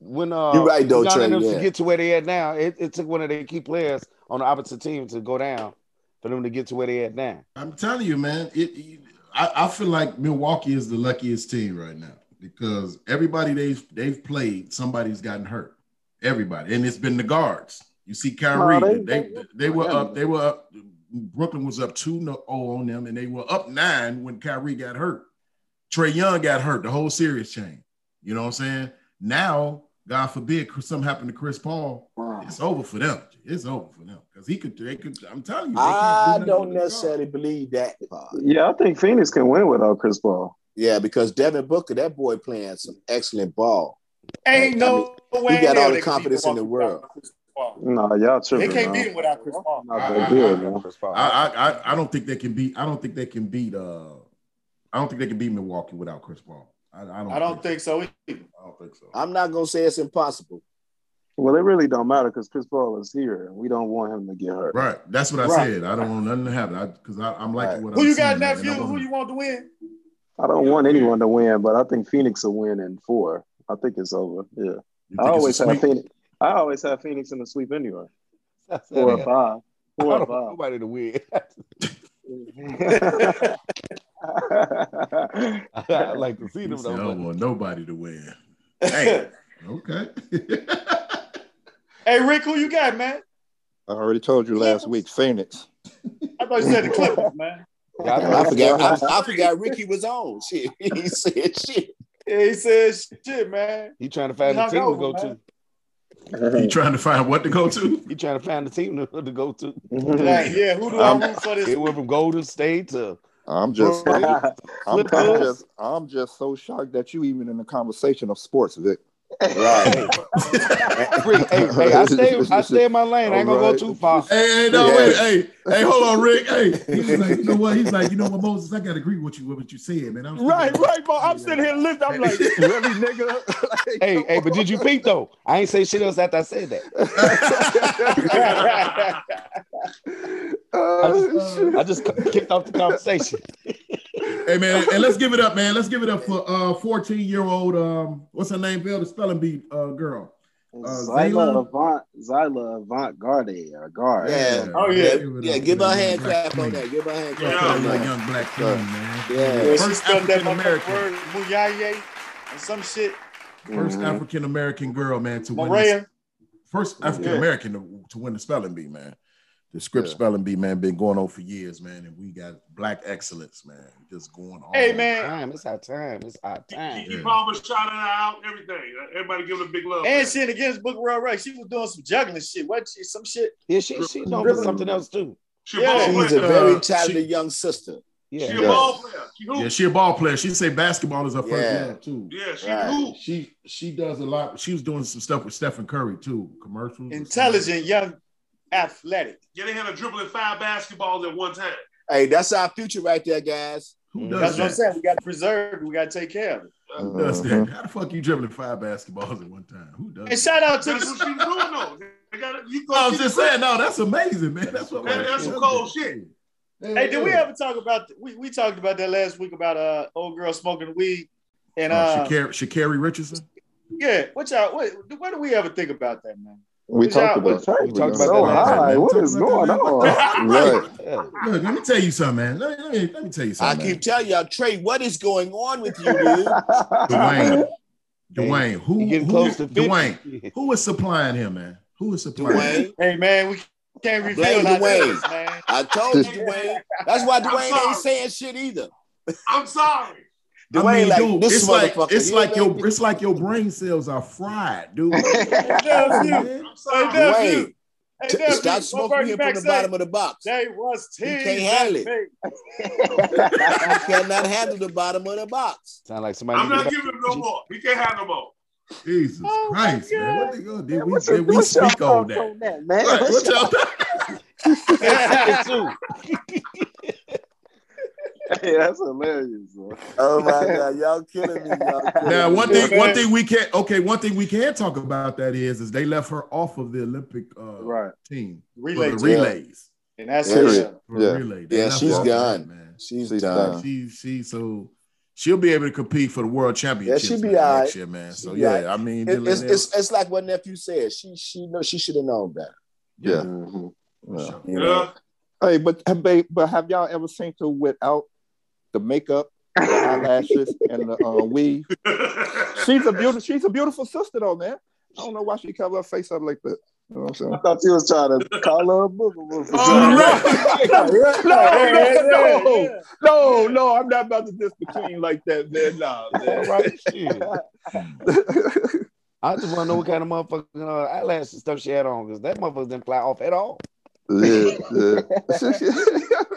when uh
You're right, though,
Uganda
Trey,
and them
yeah.
to get to where they at now. It, it took one of their key players on the opposite team to go down for them to get to where they at now.
I'm telling you, man. It, it- I, I feel like Milwaukee is the luckiest team right now because everybody they've they've played, somebody's gotten hurt. Everybody, and it's been the guards. You see, Kyrie,
No,
they,
they-
they were up. They were up. Brooklyn was up two no oh on them, and they were up nine when Kyrie got hurt. Trey Young got hurt. The whole series changed. You know what I'm saying? Now, God forbid, something happened to Chris Paul. It's over for them. It's over for them because he could. They could. I'm telling you, they can't do
I
nothing
don't
with this guard.
necessarily believe that part.
Yeah, I think Phoenix can win without Chris Paul.
Yeah, because Devin Booker, that boy playing some excellent ball.
Ain't no way.
got
in hell
all the
they can beat
confidence in the
Milwaukee
world.
without Chris Paul.
Nah, y'all
They
tripping.
can't
man.
beat him without Chris Paul.
Not
I-
that
I-
good,
I-
man.
I, I I I don't think they can beat. I don't think they can beat. Uh, I don't think they can beat Milwaukee without Chris Paul. I, I don't.
I don't think so. either.
I don't think so.
I'm not gonna say it's impossible.
Well, it really don't matter because Chris Paul is here, and we don't want him to get hurt.
Right. That's what I
Right.
said. I don't want nothing to happen. I because I, I'm like
Right.
what
Who
I'm
you got,
seeing, man,
nephew?
and I
Who
want-
you want to win?
I don't want anyone to win, but I think Phoenix will win in four. I think it's over. Yeah,
you
I
think it's a
always have
sweep?
Phoenix. I always have Phoenix in the sweep anyway.
That's
Four
it.
or
Uh,
five.
I
Four
don't want
or
nobody to win.
Mm-hmm.
five.
I like to see
You
them
said, I don't
though.
want nobody to win. Hey. Okay.
hey, Rick, who you got, man?
I already told you last week, Phoenix.
I thought you said the Clippers, man.
but I
I
know-
forgot. I, I forgot Ricky was on. Shit, he said shit.
Yeah, he said shit, man.
He trying to find
He
a
hung
team to
over,
go
man.
to.
you trying to find what to go to?
He trying to find a team to, to go to.
Like, yeah, who do I
Um,
root for this?
It went from Golden State
uh,
to
I'm just, I'm,
Right.
I'm just, I'm just so shocked that you even in the conversation of sports, Vic.
Right.
Rick, hey, hey, I stay, I stay in my lane. I ain't gonna go too
Uh,
far.
Hey, hey, no,
Yeah.
wait, hey, hey, hold on, Rick. Hey, he was like, you know what? He's like, you know what, Moses, I gotta agree with you with what you said, man. I was thinking
Right,
about-
right, bro. I'm sitting here listening. I'm like,
really, nigga.
hey, hey, but did you peep though? I ain't say shit else after I said that.
Oh,
I just kicked off the conversation.
Hey man, and let's give it up, man. Let's give it up for uh 14 year old um what's her name? Bill, the spelling bee uh girl. Zayla?
Zyla Avant, Zyla Avant Garde or Guard.
Yeah.
Oh, yeah.
Yeah, give her a hand clap on that. Give her a hand
Yeah,
clap
yeah.
on that.
young black queen, man.
Yeah.
She
First
spelled that
African American.
motherfucking word, Muyaye, and some shit.
First
Mm-hmm.
Mhm.
African American girl, man, to win this
Maria.
first African American to, to win the spelling bee, man. The script
Yeah.
spelling bee, man, been going on for years, man, and we got black excellence, man, just going on.
Hey, man.
Time, it's our time. It's our time.
Yeah.
Keep Palmer shouting out everything. Everybody give it a big love.
And she against Book World Right. She was doing some juggling shit. What she some shit?
Yeah, she she known for something else too.
She
Yeah.
a ball
She's a
player.
very
Uh,
talented young sister.
She
Yeah,
a ball player. She hoop.
Yeah, she a ball player. She say basketball is her first
Yeah.
love too.
Yeah, she
Right.
hoop.
She she does a lot. She was doing some stuff with Stephen Curry too, commercials. and
Intelligent, young, athletic.
Yeah, they had her dribbling five basketballs at one time.
Hey, that's our future right there, guys. Mm-hmm.
stuff. Who
That's
does
what I'm
that?
saying. We got to preserve. it. We got to take care of it.
uh,
Who does that?
Mm-hmm.
How the fuck you dribbling five basketballs at one time? Who does?
And
that?
shout out to
That's what
the
she was doing though. They got you go.
I was just saying, no, that's amazing, man. That's what.
That- that's some cold shit.
Hey, did we ever talk about we, we talked about that last week about uh old girl smoking weed and uh,
Uh, Sha'Carri- Sha'Carri Richardson.
yeah, what y'all what what do we ever think about that, man?
We talked
Yeah,
about
Hey,
We talked about
so
that last
high.
time.
What is going on?
right.
yeah.
Look, let me tell you something, man. Let me let me, let me tell you
I
something. man.
keep telling y'all, Trey, what is going on with you, dude?
Dwayne, Dwayne, who,
You getting
who-
close to 50.
Dwayne, who is supplying him, man? Who is supplying? him?
Dwayne.
Hey man, we can't reveal
Blame
our
Dwayne.
names, man.
I told you, Dwayne. That's why Dwayne ain't saying shit either.
I'm sorry.
Dwayne, like, this
it's like
motherfucker,
it's
he
like
don't-
your it's like your brain cells are fried, dude.
Nephew,
Man,
I'm sorry.
Hey,
Dwayne,
hey,
t-
nephew,
stop
what
smoking
Bernie
him
Mac
from the
say?
bottom of the box.
They was
He
teased.
can't handle it.
baby.
He cannot handle the bottom of the box.
Sound like somebody.
I'm
need to
not
get
giving him no more. He can't have no more.
Jesus
Oh, my
Christ, man! What
God.
the hell did we did we speak on that? Right,
man?
what y'all think?
back too.
Hey, that's hilarious. Bro.
Oh my God, y'all killing me. Y'all killing
Now,
me.
one thing, one
man.
thing we can't okay, one thing we can talk about that is is they left her off of the Olympic uh,
Right.
team for
Relay
the
team.
relays.
And that's
Period.
it.
For
Yeah.
relay, They
Yeah,
left
she's
her off of that,
gone.
man.
She's
She's
done.
done.
She she so she'll be able to compete for the world championships
she'll be
man,
all
next
right.
year, man.
She'll
So
be
yeah,
all right.
I mean,
It- it's,
Dylan,
it's, it's like what nephew said. She she know she should have known better.
Yeah.
Mhm.
Mm-hmm.
yeah.
You know?
Yeah.
Hey, but have they- but have y'all ever seen her without the makeup, the eyelashes, and the uh, weave? She's a beautiful. She's a beautiful sister, though, man. I don't know why she cover her face up like that. You know what I'm saying? Oh,
I thought you was trying to call her a booger woofer.
no, no, no, no, I'm not about to diss the queen like that, man. Nah, man.
Right? Shit. I just want to know what kind of motherfucking uh, eyelashes stuff she had on because that motherfucker didn't fly off at all.
Yeah, yeah.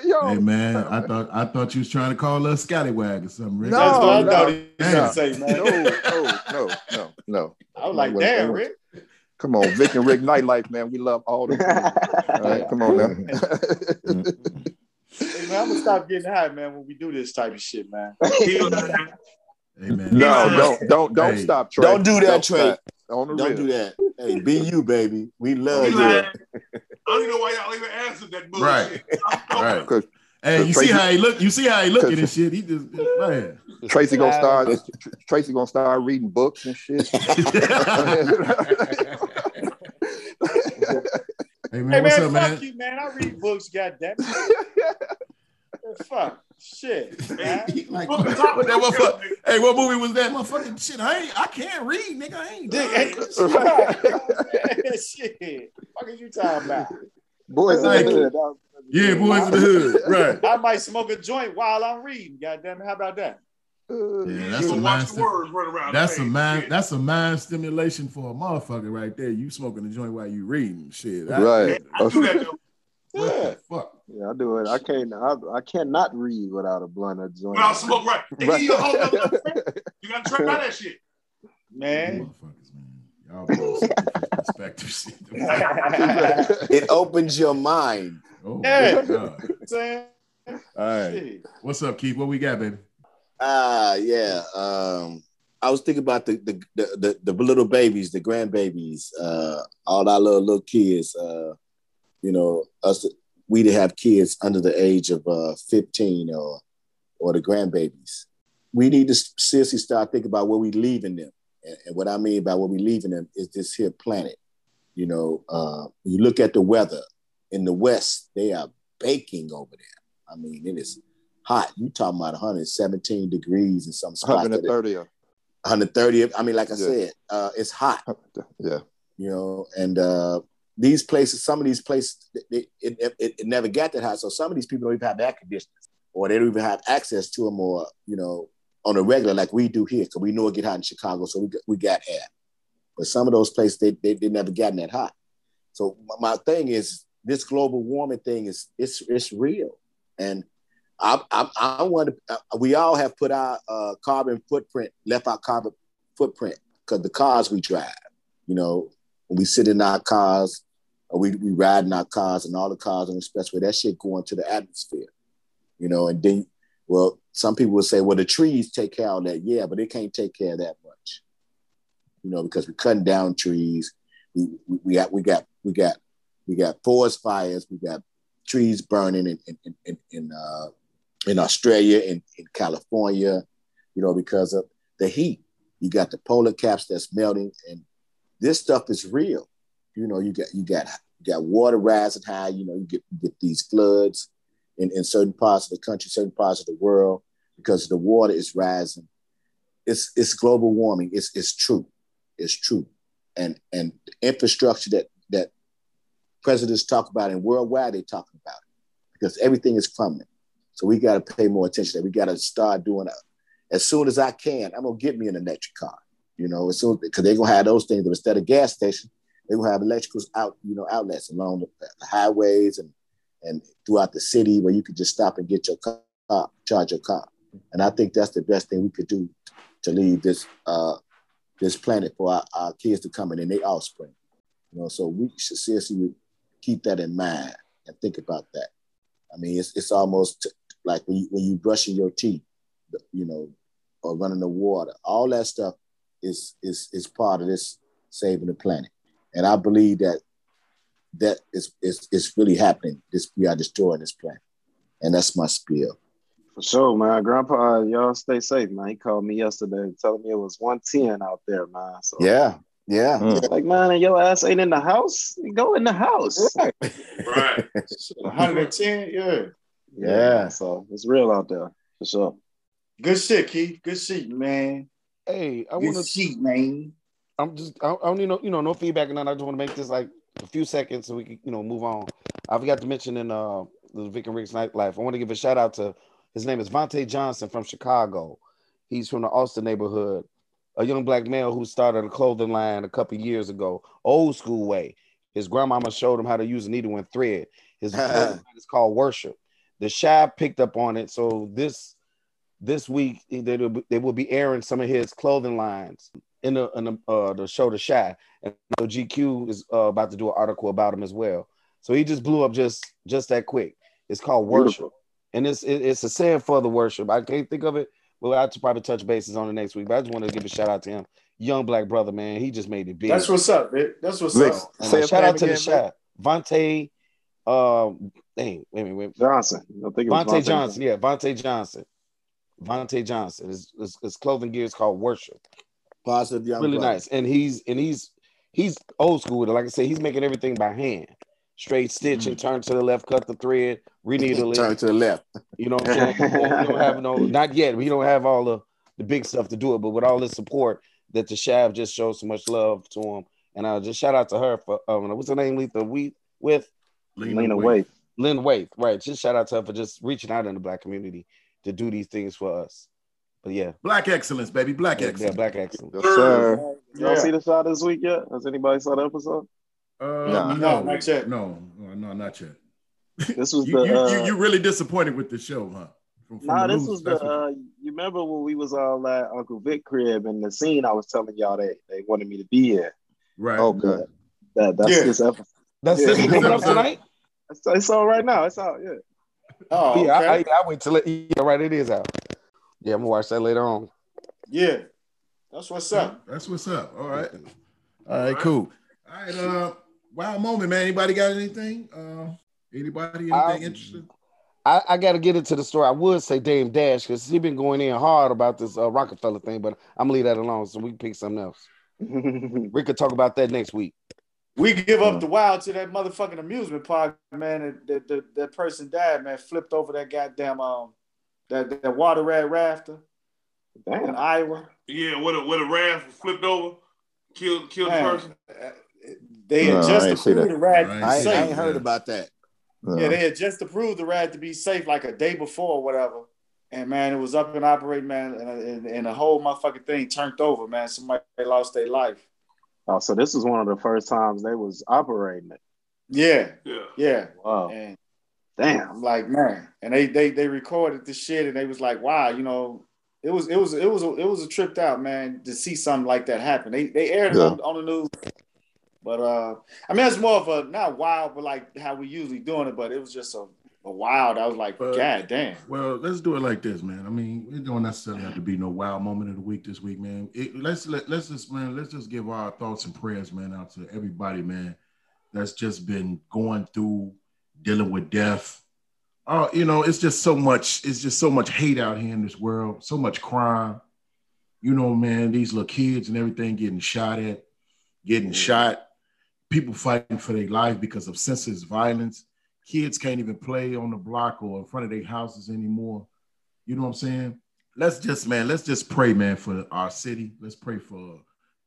Yo,
Hey man, I thought I thought you was trying to call us scallywag or something. Rick.
No,
That's what I
no,
thought he was
no.
gonna say, man.
no, no, no, no, no.
I was like,
What-
damn,
what-
Rick.
Come on, Vic and Rick Nightlife, man. We love all the all right, come on now.
Hey, man, I'm gonna stop getting high, man, when we do this type of shit, man.
Hey man.
no, don't don't don't
Hey.
stop, Trey.
Don't do that, Trey.
stop. On the
Don't
real.
do that. Hey, be you, baby. We love
He
you.
lying. I don't even know why y'all even answered that bullshit.
Right.
'Cause
Hey, you see how he look? You see how he looking and
Cause-
shit? He just man.
Tracy gonna start Tracy gonna start reading books and shit.
hey man,
Hey,
what's
man,
up,
fuck
man?
you, man. I read books, goddamn. it. fuck, shit,
Hey,
man.
he like, what that motherfucker? Hey, what movie was that? Motherfucking shit. I ain't, I can't read, nigga. I ain't.
Dick,
blind.
hey, shit. Fuck is you talking about?
Boys in the
Like-
hood. that was-
Yeah, boys in the hood. Right.
I might smoke a joint while I'm reading. Goddamn, it. how about that?
Yeah,
You
that's a
gonna
mind.
watch the
Sti-
words run around. the
that's a
page.
mind.
Shit.
That's a mind stimulation for a motherfucker right there. You smoking a joint while you reading shit. I-
Right.
I do that though.
What the fuck?
Yeah, I do it. I can't. I, I cannot read without a blunt or joint.
When I smoke right. Hey,
Right.
You, hold up, hold up. You gotta try out that shit.
Man.
Motherfuckers, man. Y'all boys some different perspectives.
It opens your mind.
Oh,
Yeah.
my God.
Saying,
All right.
shit.
What's up, Keith? What we got, baby?
Ah, yeah. Um, I was thinking about the the, the the the little babies, the grandbabies, uh, all our little little kids. Uh, you know, us we to have kids under the age of uh, fifteen or or the grandbabies. We need to seriously start thinking about where we leaving them, and, and what I mean by where we leaving them is this here planet. You know, uh, you look at the weather in the West; they are baking over there. I mean, it is hot. You talking about 117 degrees in some spots. that it-
130th.
130. I mean, like I
Yeah.
said, uh, it's hot.
Oh,
Yeah.
You know, and uh, these places, some of these places, it, it, it, it never got that hot. So some of these people don't even have air conditioners, or they don't even have access to them, or you know, on a regular like we do here, because we know it get hot in Chicago, so we got, we got air. But some of those places, they, they they never gotten that hot. So my, my thing is, this global warming thing is it's it's real, and I, I, I want to. uh, We all have put our uh, carbon footprint, left our carbon footprint, because the cars we drive. You know, when we sit in our cars, or we we ride in our cars, and all the cars on the expressway, that shit going to the atmosphere. You know, and then, well, some people will say, well, the trees take care of that. Yeah, but they can't take care of that much. You know, because we're cutting down trees. We we, we got we got we got we got forest fires. We got trees burning and and and, and, and uh in Australia and in California, you know, because of the heat. You got the polar caps that's melting, and this stuff is real. You know, you got you got you got water rising high. You know, you get you get these floods in, in certain parts of the country, certain parts of the world, because the water is rising. It's it's global warming. It's it's true. It's true. And and the infrastructure that that presidents talk about and worldwide they're talking about it because everything is from it. So we got to pay more attention. to That we got to start doing. A, as soon as I can, I'm gonna get me an electric car. You know, as soon because they're gonna have those things. But instead of gas station, they're gonna have electricals out. You know, outlets along the, the highways and and throughout the city where you could just stop and get your car, charge your car. And I think that's the best thing we could do to leave this uh, this planet for our, our kids to come in and they offspring. You know, so we should seriously keep that in mind and think about that. I mean, it's it's almost like when you, when you brushing your teeth, you know, or running the water, all that stuff is is is part of this saving the planet. And I believe that that is is is really happening. This we are destroying this planet, and that's my spiel.
For sure, man. Grandpa, y'all stay safe, man. He called me yesterday telling me it was 110 out there, man. So
Yeah, yeah.
Mm.
like, man, and your ass ain't in the house. Go in the house.
Right.
110, yeah.
Yeah.
So it's real out there. For sure.
Good shit, Keith. Good shit, man.
Hey, I
Good
want to.
shit, man.
I'm just. I, I don't need no. You know, no feedback, and I just want to make this like a few seconds so we can, you know, move on. I forgot to mention in uh the Vic and Rick's nightlife. I want to give a shout out to his name is Vontae Johnson from Chicago. He's from the Austin neighborhood. A young black male who started a clothing line a couple years ago, old school way. His grandmama showed him how to use a needle and thread. His clothing line is called Worship. The Shy picked up on it, so this this week they will be- they will be airing some of his clothing lines in the in the, uh, the show The Shy, and so GQ is uh, about to do an article about him as well. So he just blew up just just that quick. It's called Worship, and it's it- it's a saying for the worship. I can't think of it. We'll have to probably touch bases on it next week, but I just want to give a shout out to him, young black brother man. He just made it big.
That's what's up, man. That's what's
Vic,
up.
And, uh,
say his
shout
name
out to the
again, man.
Shy, Vontae. Um, dang, wait a minute, wait,
Johnson. I think it was
Vontae Johnson, yeah, Vontae Johnson. Vontae Johnson. His, his, his clothing gear is called Worship.
Positive young
Really
brother.
nice. And he's and he's he's old school with it. Like I said, he's making everything by hand. Straight stitching, turn to the left, cut the thread, reneedle
Mm-hmm. Turn
it.
to the left.
You know what I'm saying? Before we don't have no, not yet. We don't have all the, the big stuff to do it, but with all this support that the Shav just shows so much love to him. And uh, just shout out to her for um, what's her name, Letha We with
Lena Waithe.
Lynn Waith, right? Just shout out to her for just reaching out in the black community to do these things for us. But yeah,
Black excellence, baby. Black
yeah,
excellence.
black excellence.
Yes, sir.
Y'all see the shot this week yet? Has anybody saw the episode?
Uh,
Nah.
No, not yet.
No, no, no, not yet.
This was
You,
the.
you, you,
uh,
you really disappointed with the show, huh? From, from
Nah,
the
this
losers,
was the.
that's what-
Uh, you remember when we was all at Uncle Vic crib and the scene I was telling y'all that they wanted me to be here.
right.
Okay.
That that's
Yeah.
this episode.
That's
Yeah.
it. You coming up tonight?
It's, it's all right now. It's out. Yeah.
Oh,
Yeah, I, I,
okay.
I wait till it, yeah, right. It is out. Yeah, I'm gonna watch that later on.
yeah. That's what's up.
That's what's up. All right. All right, cool. All right, uh, wild moment, man. Anybody got anything? Uh, anybody anything
Um,
I-
interesting?
I, I got to get into the story. I would say Dame Dash because he been going in hard about this uh, Rockefeller thing, but I'm gonna leave that alone so we can pick something else. We could talk about that next week.
We give up the wild to that motherfucking amusement park, man. That that, that, that person died, man. Flipped over that goddamn um that, that water rat rafter in
Damn.
Iowa.
Yeah, with a with a raft flipped over, killed killed the
Man,
person.
uh, they
No,
had
I
just
ain't see that.
approved the rat
No,
to be
I
I, ain't- I
safe.
ain't heard about that.
Yeah, they had just approved the ride to be safe like a day before or whatever. And man, it was up and operating, man, and, and, and the whole motherfucking thing turned over, man. Somebody lost their life.
Oh, so this was one of the first times they was operating it.
Yeah,
Yeah.
yeah.
Wow.
And
Damn.
I'm like, man. And they they they recorded this shit and they was like, wow, you know, it was it was it was a, it was a tripped out, man, to see something like that happen. They they aired
Yeah.
it on, on the news. But uh I mean that's more of a not wild, but like how we usually doing it, but it was just a, a wild. I was like,
But-
God damn.
Well, let's do it like this, man. I mean, it don't necessarily have to be no wild moment of the week this week, man. It, let's let, let's just man, let's just give our thoughts and prayers, man, out to everybody, man, that's just been going through, dealing with death. Oh, you know, it's just so much. It's just so much hate out here in this world. So much crime. You know, man, these little kids and everything getting shot at, getting shot. People fighting for their life because of senseless violence kids can't even play on the block or in front of their houses anymore. You know what I'm saying? Let's just, man, let's just pray, man, for our city. Let's pray for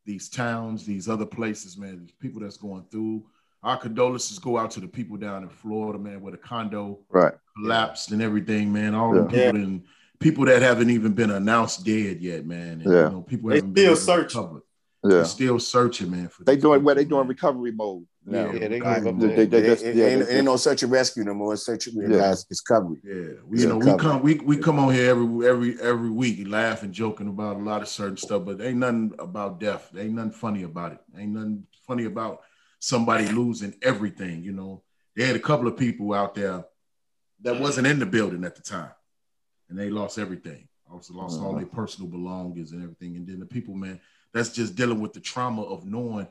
these towns, these other places, man, these people that's going through. Our condolences go out to the people down in Florida, man, where the condo
Right.
collapsed and everything, man. All the
Yeah.
people and people that haven't even been announced dead yet, man. And,
Yeah.
You know, people
They
haven't
still
been
searching.
Public.
Yeah.
They're still searching, man. For
They
these
doing well. They
people,
doing
man.
recovery mode. now.
Yeah, they
God,
gave up
They, they,
the,
they just,
It- it-
yeah,
ain't,
they-
ain't no search and rescue no more. It's search and
Yeah.
yeah. discovery.
Yeah, we,
It's
you know we
uncovered.
come we, we come on here every every every week laughing, joking about a lot of certain stuff, but ain't nothing about death. Ain't nothing funny about it. Ain't nothing funny about somebody losing everything. You know, they had a couple of people out there that wasn't in the building at the time, and they lost everything. Also lost all their personal belongings and everything. And then the people, man, that's just dealing with the trauma of knowing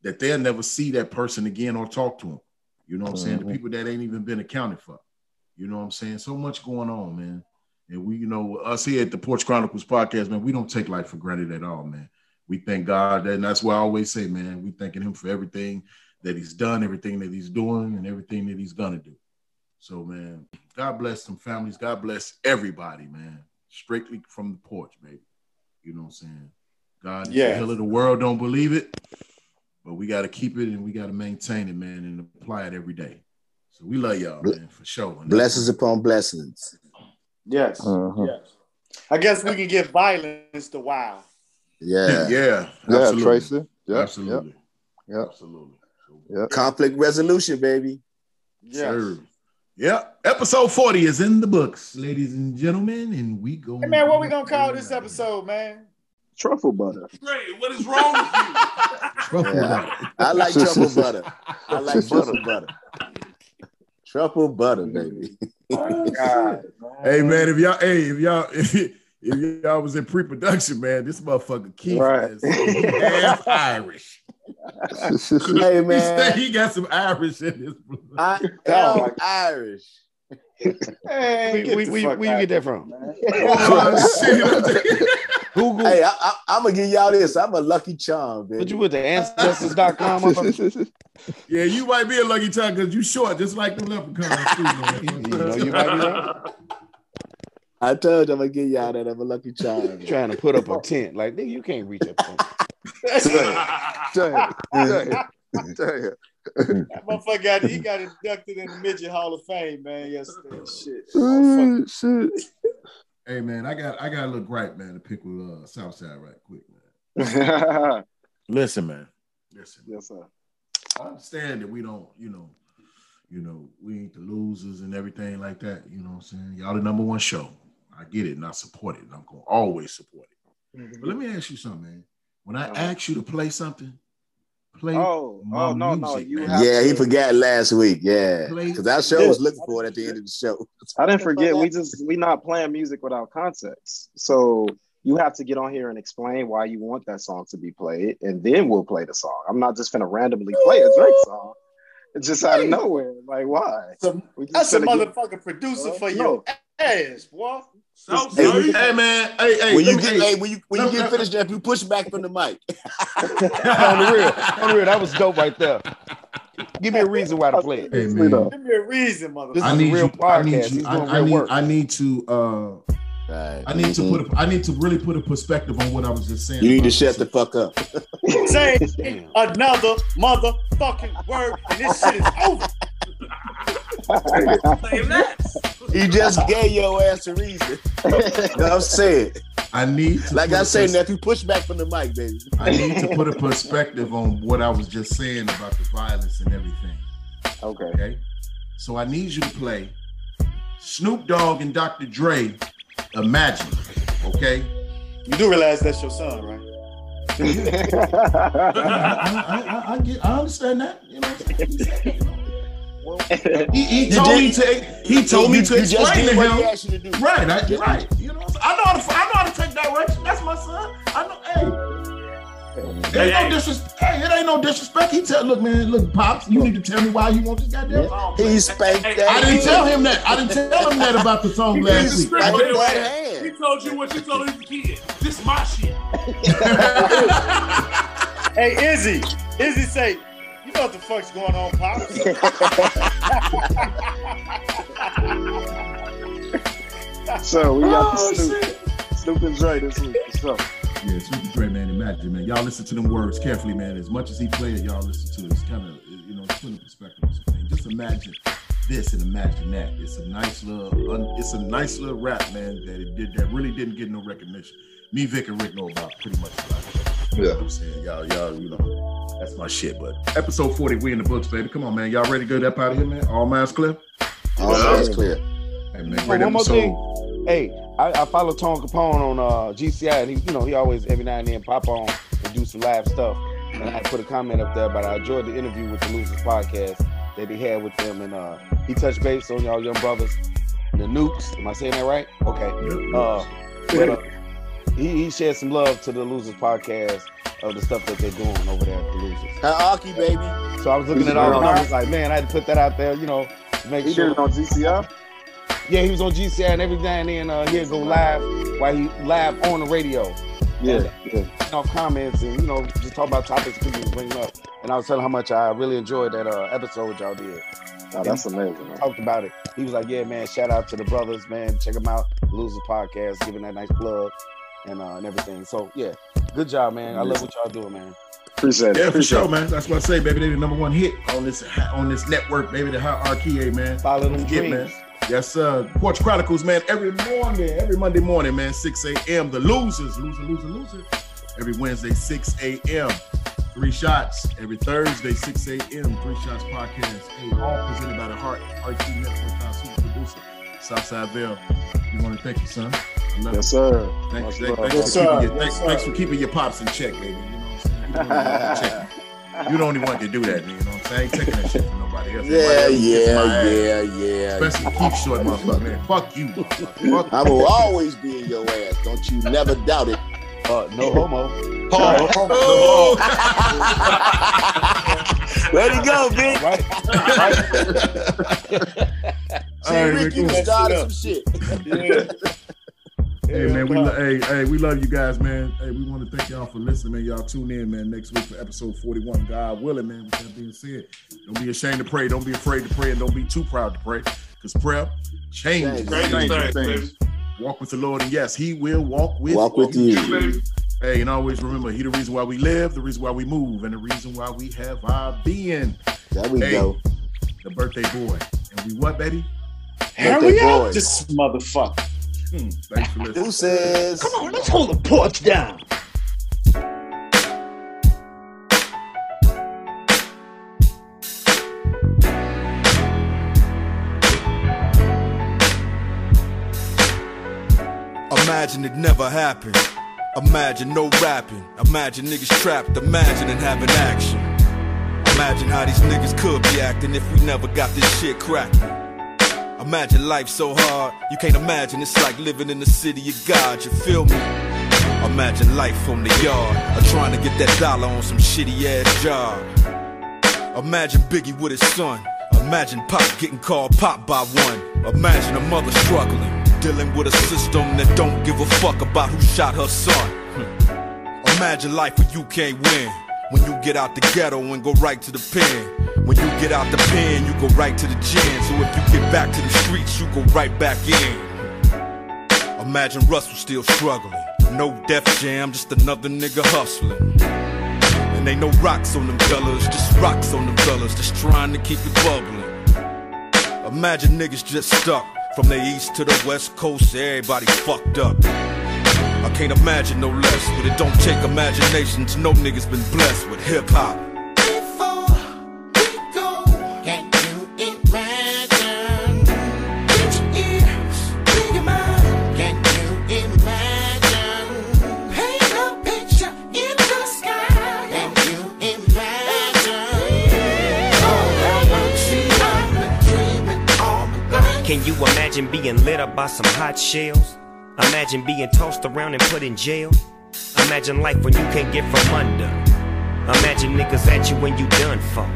that they'll never see that person again or talk to them. You know what I'm saying? The people that ain't even been accounted for. You know what I'm saying? So much going on, man. And we, you know, us here at the Porch Chronicles podcast, man, we don't take life for granted at all, man. We thank God, and that's why I always say, man, we thanking Him for everything that He's done, everything that He's doing, and everything that He's gonna do. So, man, God bless them families. God bless everybody, man. Strictly from the porch, baby. You know what I'm saying? God is
Yeah.
the hell of the world. Don't believe it. But we got to keep it and we got to maintain it, man, and apply it every day. So we love y'all,
Bl-
man, for sure. And
Blessings upon blessings.
Yes.
Uh-huh.
Yes. I guess we can give violence to wow.
Yeah.
yeah,
Yeah,
absolutely.
Tracy. Yeah,
absolutely.
yeah.
Absolutely. So
Yeah,
Conflict resolution, baby.
Yes.
Sure. Yeah, episode 40 is in the books, ladies and gentlemen. And we go.
Hey man, what we gonna call this episode, man?
Truffle butter.
Great. What is wrong with you?
Truffle
Yeah. I like truffle butter. I like truffle butter. Truffle butter, baby.
Oh, Hey man, if y'all, hey, if y'all, if, y- if y'all was in pre-production, man, this motherfucker Keith
Right.
is half Irish.
yeah.
Hey
He said
man,
he got some Irish in his blood.
I am Irish.
Hey,
get
we,
the
we,
fuck
where you
out.
get that from?
Oh, shit. I'm thinking-
Google.
Hey, I, I, I'm gonna give y'all this. I'm a lucky charm,
What
baby.
you with the ancestors.com? motherfucker?
yeah, you might be a lucky child because you short, just like the leprechaun. too, man.
you know, you might be right.
I told you I'm gonna give y'all that. I'm a lucky charm.
trying to put up a tent. Like, nigga, you can't reach a tent.
Damn. Damn. Damn.
That motherfucker got he got inducted in the midget Hall of Fame, man. Yesterday, shit. Motherfucker.
Ooh, shit.
Hey man, I got I got a little gripe, man, to pick with uh, Southside right quick, man.
yes,
Listen, man. Listen,
sir.
I understand that we don't, you know, you know, we ain't the losers and everything like that. You know what I'm saying? Y'all the number one show. I get it, and I support it, and I'm gonna always support it.
Mm-hmm.
But let me ask you something, man. When I ask you to play something, play
Oh,
my
oh no, no,
music,
you
man.
have
Yeah, he forgot last week. Yeah,
Play-
because our show was looking for it at the end of the show.
I didn't forget. We just we not playing music without context. So you have to get on here and explain why you want that song to be played, and then we'll play the song. I'm not just gonna randomly play a Drake song just out of nowhere. Like why?
So,
We just
that's a
finna get-
motherfucking producer for your
No.
ass, boy.
So,
Hey,
so
we-
you-
Hey man, hey, hey,
When
let
you
me-
get,
hey,
hey, when you when you
no,
get
no.
finished, Jeff, you push back from the mic.
on the real. On the real, that was dope right there. Give me a reason why to play it.
Hey, man.
Give me a reason, motherfucker.
This
I
is
need
a real
you. I
podcast.
need you.
He's
I,
doing
I
real
need.
work.
I need to. Uh,
Right. Mm-hmm.
I need to put. A, I need to really put a perspective on what I was just saying.
You need to
about
shut
this.
the fuck up.
Say another motherfucking word, and this shit is over.
say less.
He just gave your ass a reason. No, I'm saying,
I need. To
like
put
I
a
say,
pers-
nephew, push back from the mic, baby.
I need to put a perspective on what I was just saying about the violence and everything.
Okay.
Okay. So I need you to play Snoop Dogg and Dr. Dre. Imagine. Okay.
You do realize that's your son, right?
I, I, I- I- I get. I understand that. You know. what I'm saying? He, he
You
told
did-
me to. He told me
You-
to
you just
explain
did
to
what he
him.
asked you to do.
Right, I, right. You know, what I'm saying? I know how to, I know how to take direction. That's my son. I know. Hey, there's no disrespect. Hey, it ain't no disrespect. He tell, look, man, look, pops, you need to tell me why you want this goddamn song. played.
He spanked
Hey,
that.
I didn't
hand.
tell him that. I didn't tell him that about the song
He
last
just
week.
spread
I
I
did
didn't-
that
He
hand.
told you what you told his kid. This my shit.
Hey, Izzy, Izzy, say, you know what the fuck's going on, pops?
So we got
Oh,
the Snoop, Snoop and Dre this week. So
Yeah, Super Dre, man, imagine, man. Y'all listen to them words carefully, man. As much as he played, y'all listen to it. It's kind of, you know, it's putting perspective on something. Just imagine this and imagine that. It's a nice little, un, it's a nice little rap, man. That it did, that really didn't get no recognition. Me, Vic, and Rick know about pretty much. a lot of it. You know what I'm saying, y'all, y'all, you know, that's my shit. But episode 40, we in the books, baby. Come on, man. Y'all ready to go that out of here, man? All minds clear.
Oh, that's clear.
Hey, man,
Oh,
great
one more
episode.
thing. Hey, I, I follow Tone Capone on uh, GCI, and he, you know, he always every now and then pop on and do some live stuff. And I put a comment up there about I enjoyed the interview with the Losers podcast that he had with them, and uh, he touched base on y'all young brothers, the Nukes. Am I saying that right? Okay. Uh, but, uh, he, he shared some love to the Losers podcast of the stuff that they're doing over there at the Losers.
Hierarchy, baby.
So I was looking at all the numbers, like, man, I had to put that out there, you know, to make
he
sure.
did it on GCI.
Yeah, he was on GCI and every now and then uh, he'd go live while he live on the radio.
Yeah, yeah.
You know, comments and you know, just talk about topics people was bringing up. And I was telling how much I really enjoyed that uh, episode y'all did.
Oh, that's amazing. Man.
Talked about it. He was like, "Yeah, man, shout out to the brothers, man. Check them out, Losers Podcast, giving that nice plug and uh, and everything." So yeah, Good job, man. I love what y'all doing, man.
Appreciate it.
Yeah, for
Appreciate
sure, man. That's what I say, baby. They the number one hit on this on this network, baby. The hierarchy, eh, man.
Follow them
Don't forget,
dreams.
Yes, sir. Porch Chronicles, man. Every morning, every Monday morning, man, 6 a.m. The losers, loser, loser, loser. Every Wednesday, 6 a.m. Three shots. Every Thursday, 6 a.m. Three shots podcast. Hey, all presented by the Heart RT Network, our super producer, Southside Bell. We want to thank you, son. I love
Yes, sir.
you.
Much
Thanks, thanks,
love.
thanks,
Yes,
for
sir.
keeping your,
Yes,
thanks,
sir.
thanks for keeping your pops in check, baby. You know what I'm saying? You don't want to check. You don't even want to do that, man. You know what I'm saying? I ain't taking that shit from nobody else.
Yeah,
Everybody else gets my
yeah,
ass.
yeah, yeah.
Especially Keith Short, motherfucker, man. Fuck you, motherfucker.
I will always be in your ass. Don't you never doubt it.
Uh, no homo.
Fuck you.
Let it go, bitch.
Right?
See,
All right,
Rick, you done
Rick,
started some shit.
Yeah.
Hey man, we lo- hey hey we love you guys, man. Hey, we want to thank y'all for listening, man. Y'all tune in, man, next week for episode forty-one. God willing, man. With that being said, don't be ashamed to pray. Don't be afraid to pray, and don't be too proud to pray, because prayer changes.
Great
things.
things, baby.
Walk with the Lord, and yes, He will walk with.
Walk with
You,
you.
baby.
Hey, and always remember, He the reason why we live, the reason why we move, and the reason why we have our being.
There we
Hey.
go.
The birthday boy, and we what, Betty?
Hurry
that
up,
boy.
this motherfucker.
Hmm, thanks for listening.
Deuces.
Come on, let's hold the porch down.
Imagine it never happened. Imagine no rapping. Imagine niggas trapped. Imagine and having action. Imagine how these niggas could be acting if we never got this shit cracking. Imagine life so hard, you can't imagine. It's like living in the city of God, you feel me? Imagine life from the yard, or trying to get that dollar on some shitty ass job. Imagine Biggie with his son. Imagine Pop getting called Pop by one. Imagine a mother struggling, dealing with a system that don't give a fuck about who shot her son.
Oh.
Hmm. Imagine life where you can't win. When you get out the ghetto and go right to the pen. When you get out the pen, you go right to the gym. So if you get back to the streets, you go right back in. Imagine Russell still struggling. No Def Jam, just another nigga hustling. And ain't no rocks on them fellas, just rocks on them fellas, just trying to keep it bubbling. Imagine niggas just stuck from the east to the west coast, everybody fucked up. I can't imagine no less, but it don't take imagination to know niggas been blessed with hip hop.
Can you imagine being lit up by some hot shells? Imagine being tossed around and put in jail? Imagine life when you can't get from under. Imagine niggas at you when you done for.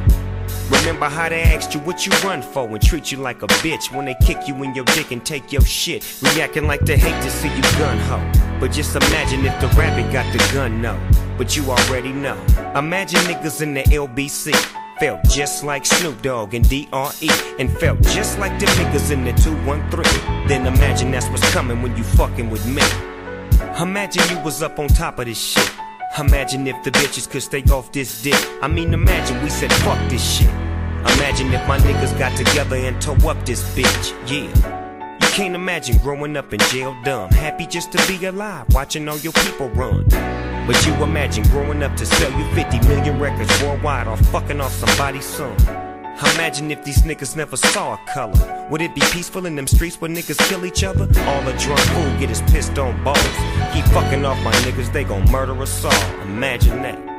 Remember how they asked you what you run for and treat you like a bitch when they kick you in your dick and take your shit, reacting like they hate to see you gun ho. But just imagine if the rabbit got the gun, no. But you already know. Imagine niggas in the LBC. Felt just like Snoop Dogg and DRE, and felt just like them niggas in the 213. Then imagine that's what's coming when you fucking with me. Imagine you was up on top of this shit. Imagine if the bitches could stay off this dick. I mean, imagine we said fuck this shit. Imagine if my niggas got together and tore up this bitch, yeah. You can't imagine growing up in jail dumb, happy just to be alive, watching all your people run. But you imagine growing up to sell you 50 million records worldwide or fucking off somebody's son. Imagine if these niggas never saw a color. Would it be peaceful in them streets where niggas kill each other? All a drunk fool get his pissed on balls. Keep fucking off my niggas, they gon' murder us all. Imagine that.